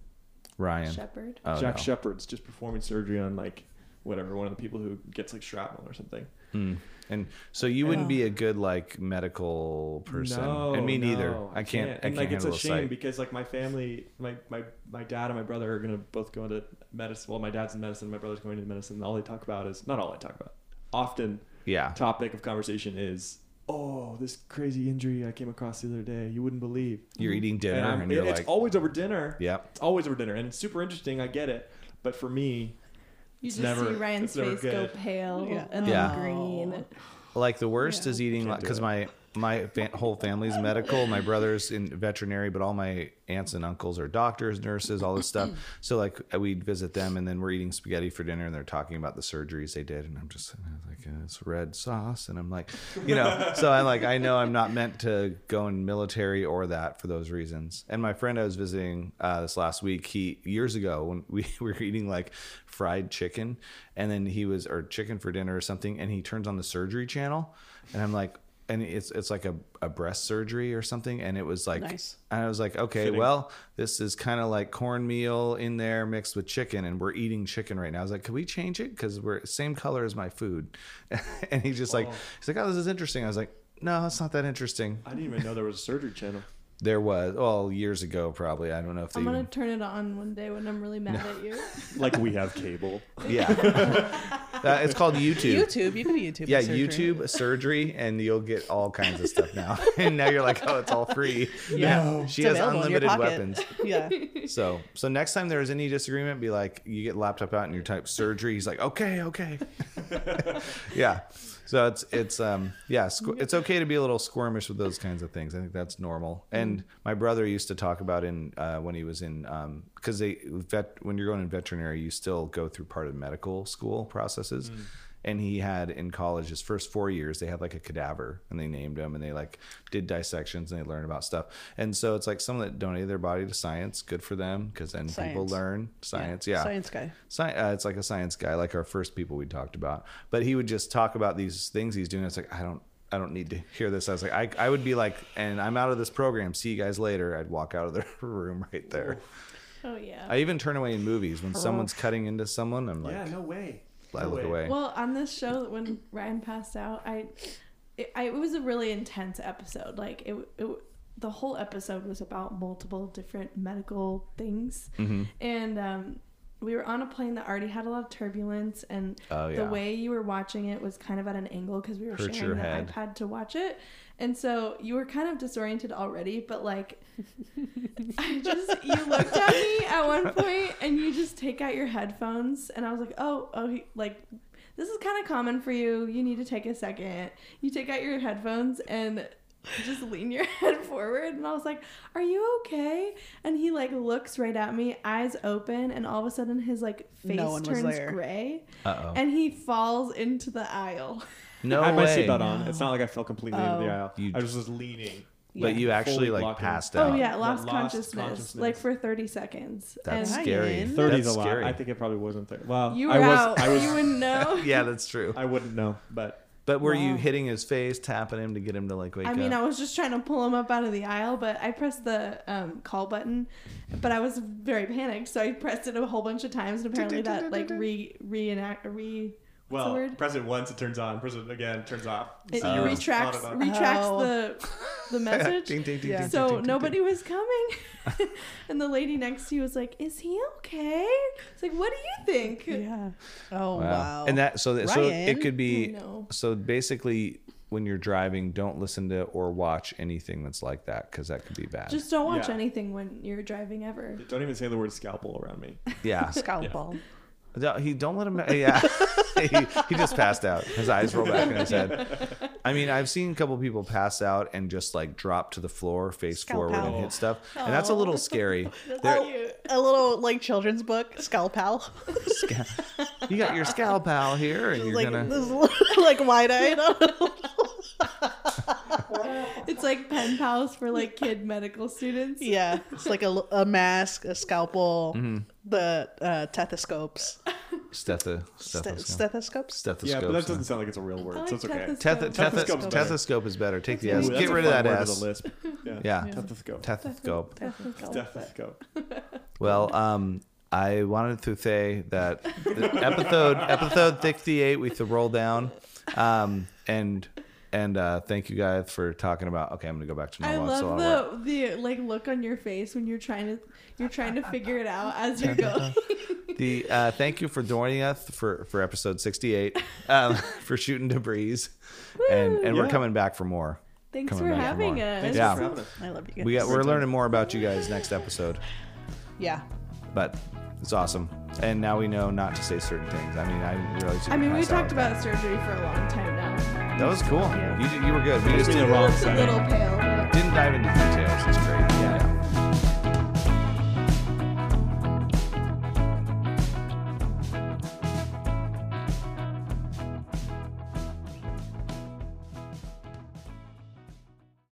Speaker 2: Ryan.
Speaker 4: Shepherd.
Speaker 2: Oh,
Speaker 3: Jack
Speaker 2: no.
Speaker 3: Shepard's just performing surgery on like whatever one of the people who gets like shrapnel or something.
Speaker 2: Mm. And so you wouldn't be a good like medical person,
Speaker 3: No,
Speaker 2: and me
Speaker 3: no,
Speaker 2: neither. I can't. I
Speaker 3: And
Speaker 2: can't
Speaker 3: like it's
Speaker 2: handle
Speaker 3: a
Speaker 2: the
Speaker 3: shame
Speaker 2: sight.
Speaker 3: because like my family, my my my dad and my brother are gonna both go into medicine. Well, my dad's in medicine, my brother's going into medicine. All they talk about is not all they talk about. Often,
Speaker 2: yeah,
Speaker 3: topic of conversation is, oh, this crazy injury I came across the other day. You wouldn't believe.
Speaker 2: you're eating dinner,
Speaker 3: and
Speaker 2: and,
Speaker 3: I'm-
Speaker 2: you're
Speaker 3: it- it's
Speaker 2: like,
Speaker 3: always over dinner.
Speaker 2: Yep.
Speaker 3: it's always over dinner, and it's super interesting. I get it, but for me,
Speaker 4: You
Speaker 3: It's
Speaker 4: just
Speaker 3: never-
Speaker 4: see Ryan's
Speaker 3: it's never
Speaker 4: face go
Speaker 3: good.
Speaker 4: pale
Speaker 1: Yeah.
Speaker 4: and then
Speaker 2: Yeah.
Speaker 4: green.
Speaker 2: like the worst
Speaker 1: Yeah.
Speaker 2: is eating
Speaker 3: Can't do
Speaker 2: because
Speaker 3: it.
Speaker 2: my my fa- whole family's medical. My brother's in veterinary, but all my aunts and uncles are doctors, nurses, all this stuff. So like uh, we'd visit them, and then we're eating spaghetti for dinner, and they're talking about the surgeries they did, and I'm just sitting there like uh, it's red sauce, and I'm like, you know, so I'm like I know I'm not meant to go in military or that for those reasons. And my friend I was visiting uh, this last week, he years ago when we were eating like fried chicken, and then he was or chicken for dinner or something, and he turns on the surgery channel, and I'm like and it's it's like a, a breast surgery or something and it was like
Speaker 1: Nice.
Speaker 2: and i was like okay
Speaker 3: Fitting.
Speaker 2: well this is kind of like cornmeal in there mixed with chicken and we're eating chicken right now i was like can we change it because we're same color as my food and he just like
Speaker 3: Oh.
Speaker 2: he's like oh this is interesting i was like no it's not that interesting
Speaker 3: I didn't even know there was a surgery channel.
Speaker 2: there was well years ago probably i don't know if they
Speaker 4: I'm gonna
Speaker 2: even-
Speaker 4: turn it on one day when I'm really mad at you.
Speaker 3: Like we have cable.
Speaker 2: yeah Uh, it's called youtube
Speaker 1: YouTube, you can YouTube.
Speaker 2: yeah,
Speaker 1: the surgery.
Speaker 2: YouTube surgery, and you'll get all kinds of stuff now. and now you're like, oh, it's all free.
Speaker 1: Yeah.
Speaker 3: No.
Speaker 2: she
Speaker 1: It's
Speaker 2: has
Speaker 1: available in your
Speaker 2: unlimited
Speaker 1: pocket.
Speaker 2: weapons.
Speaker 1: Yeah.
Speaker 2: So, so next time there's any disagreement, be like, you get laptop out and you type surgery. He's like, okay, okay, yeah. So it's it's um yeah, squ- it's okay to be a little squirmish with those kinds of things. I think that's normal. And my brother used to talk about in uh, when he was in um because they vet when you're going in veterinary, you still go through part of medical school processes. And he had in college his first four years, they had like a cadaver and they named him and they like did dissections and they learned about stuff. And so it's like someone that donated their body to science, good for them because then people
Speaker 1: Science.
Speaker 2: learn science. Yeah.
Speaker 1: Science guy.
Speaker 2: Sci- uh, it's like a science guy, like our first people we talked about. But he would just talk about these things he's doing. It's like I don't, I don't need to hear this. I was like, I, I would be like, and I'm out of this program. See you guys later. I'd walk out of the room right there.
Speaker 4: Oh yeah.
Speaker 2: I even turn away in movies when someone's cutting into someone. I'm like,
Speaker 3: yeah, no way.
Speaker 2: I
Speaker 3: No
Speaker 2: look
Speaker 3: way.
Speaker 2: away.
Speaker 4: Well, on this show, when Ryan passed out, I it, I, it was a really intense episode. Like it, it, the whole episode was about multiple different medical things,
Speaker 3: Mm-hmm.
Speaker 4: and um, we were on a plane that already had a lot of turbulence, and
Speaker 2: Oh, yeah.
Speaker 4: the way you were watching it was kind of at an angle because we were
Speaker 2: Hurt your
Speaker 4: sharing the
Speaker 2: head.
Speaker 4: iPad to watch it, and so you were kind of disoriented already, but like. I just you looked at me at one point and you just take out your headphones and I was like, "Oh, oh, he, like this is kind of common for you. You need to take a second. You take out your headphones and just lean your head forward and I was like, "Are you okay?" And he like looks right at me, eyes open, and all of a sudden his like face
Speaker 1: No one was
Speaker 4: turns
Speaker 1: there.
Speaker 4: gray
Speaker 2: Uh oh.
Speaker 4: and he falls into the aisle.
Speaker 2: No
Speaker 3: I had my
Speaker 2: way.
Speaker 4: Oh.
Speaker 3: seatbelt on. It's not like I fell completely into the aisle.
Speaker 2: You-
Speaker 3: I just was leaning.
Speaker 2: but
Speaker 1: Yeah.
Speaker 2: you actually
Speaker 3: Fully
Speaker 2: like
Speaker 3: locked in.
Speaker 2: passed out.
Speaker 4: Oh yeah, lost,
Speaker 3: lost
Speaker 4: consciousness,
Speaker 3: consciousness.
Speaker 4: like for thirty seconds.
Speaker 2: That's
Speaker 1: Hi,
Speaker 4: and
Speaker 2: scary.
Speaker 1: Ian.
Speaker 3: 30 is
Speaker 2: That's
Speaker 3: a lot.
Speaker 2: scary.
Speaker 3: I think it probably wasn't 30. Well,
Speaker 4: you were
Speaker 3: I was,
Speaker 4: out.
Speaker 3: I was,
Speaker 4: you wouldn't know.
Speaker 2: yeah, that's true.
Speaker 3: I wouldn't know, but
Speaker 2: But were you
Speaker 1: Wow.
Speaker 2: hitting his face, tapping him to get him to like wake
Speaker 4: I mean, I
Speaker 2: up?
Speaker 4: was just trying to pull him up out of the aisle, but I pressed the um, call button, but I was very panicked, so I pressed it a whole bunch of times, and apparently that like re reenact re What's the
Speaker 3: well,
Speaker 4: word?
Speaker 3: press it once, it turns on. Press it again, it turns off.
Speaker 4: it
Speaker 3: So you were just on
Speaker 4: retracts
Speaker 3: and on.
Speaker 4: retracts
Speaker 1: Oh.
Speaker 4: the the message.
Speaker 2: Ding, ding, ding,
Speaker 1: Yeah.
Speaker 2: ding, ding,
Speaker 4: So
Speaker 2: ding, ding,
Speaker 4: nobody was coming, and the lady next to you was like, "Is he okay?" It's like, "What do you think?"
Speaker 1: Yeah. Oh
Speaker 2: ding.
Speaker 1: wow.
Speaker 2: And that so that, so
Speaker 1: Ryan? Oh,
Speaker 2: it could
Speaker 4: I
Speaker 2: be
Speaker 4: know.
Speaker 2: so basically when you're driving, don't listen to or watch anything that's like that because that could be bad.
Speaker 4: Just don't watch
Speaker 3: Yeah.
Speaker 4: anything when you're driving ever.
Speaker 3: Don't even say the word scalpel around me.
Speaker 2: yeah,
Speaker 1: scalpel.
Speaker 2: No, he don't let him. Yeah, he, he just passed out. His eyes roll back in his head. I mean, I've seen a couple people pass out and just like drop to the floor, face
Speaker 1: Scalpel.
Speaker 2: forward, and hit stuff, and that's a little scary. There-
Speaker 1: Oh, a little like children's book, scalpel.
Speaker 2: you got your scalp pal here, and you're
Speaker 1: like
Speaker 2: gonna.
Speaker 1: this, like wide eyed.
Speaker 4: It's like pen pals for like kid medical students.
Speaker 1: yeah, it's like a, l- a mask, a scalpel,
Speaker 2: Mm-hmm.
Speaker 1: the uh, tethoscopes,
Speaker 2: Stetho,
Speaker 1: Ste-
Speaker 2: stethoscope.
Speaker 1: stethoscopes.
Speaker 3: Yeah,
Speaker 2: Stethoscope.
Speaker 3: but that doesn't sound like it's a real word,
Speaker 4: I
Speaker 3: so
Speaker 4: like
Speaker 3: it's okay.
Speaker 4: tethoscope.
Speaker 2: Teth- teth-
Speaker 3: Stethoscope's better.
Speaker 2: Stethoscope is better. Take the
Speaker 4: Ooh,
Speaker 2: S.
Speaker 3: that's
Speaker 2: Get
Speaker 3: a
Speaker 2: rid of
Speaker 3: fun
Speaker 2: that
Speaker 3: word with
Speaker 2: S.
Speaker 3: a lisp. Yeah.
Speaker 2: Yeah.
Speaker 3: Tethoscope.
Speaker 2: Tethoscope.
Speaker 4: Tethoscope.
Speaker 3: Stethoscope.
Speaker 2: Well, um, I wanted to say that the episode episode sixty eight we could roll down, um, and and uh, thank you guys for talking about. Okay, I'm gonna go back to
Speaker 4: I
Speaker 2: normal. That's a
Speaker 4: love
Speaker 2: lot of work.
Speaker 4: the the like look on your face when you're trying to you're trying to figure it out as you're going.
Speaker 2: The uh, thank you for joining us for for episode sixty eight, um, for shooting debris, and and we're
Speaker 3: Yeah.
Speaker 2: coming back for more.
Speaker 4: Thanks
Speaker 2: Coming
Speaker 4: for
Speaker 2: back for
Speaker 4: having
Speaker 2: more.
Speaker 4: us.
Speaker 3: Thanks
Speaker 2: Yeah.
Speaker 3: for having us.
Speaker 1: I love you guys.
Speaker 2: We got, we're learning more about you guys next episode,
Speaker 1: yeah.
Speaker 2: but it's awesome. And now we know not to say certain things. I mean, I didn't realize. You
Speaker 4: I
Speaker 2: could
Speaker 4: mean, we
Speaker 2: pass out
Speaker 4: talked
Speaker 2: like
Speaker 4: about surgery for a long time now.
Speaker 2: that. That was cool.
Speaker 1: Yeah.
Speaker 2: You did, you were good. We just
Speaker 3: It's been a
Speaker 2: didn't
Speaker 3: wrong
Speaker 4: It's a
Speaker 3: setting.
Speaker 4: little pale. but-
Speaker 2: dive into details. It's great. yeah.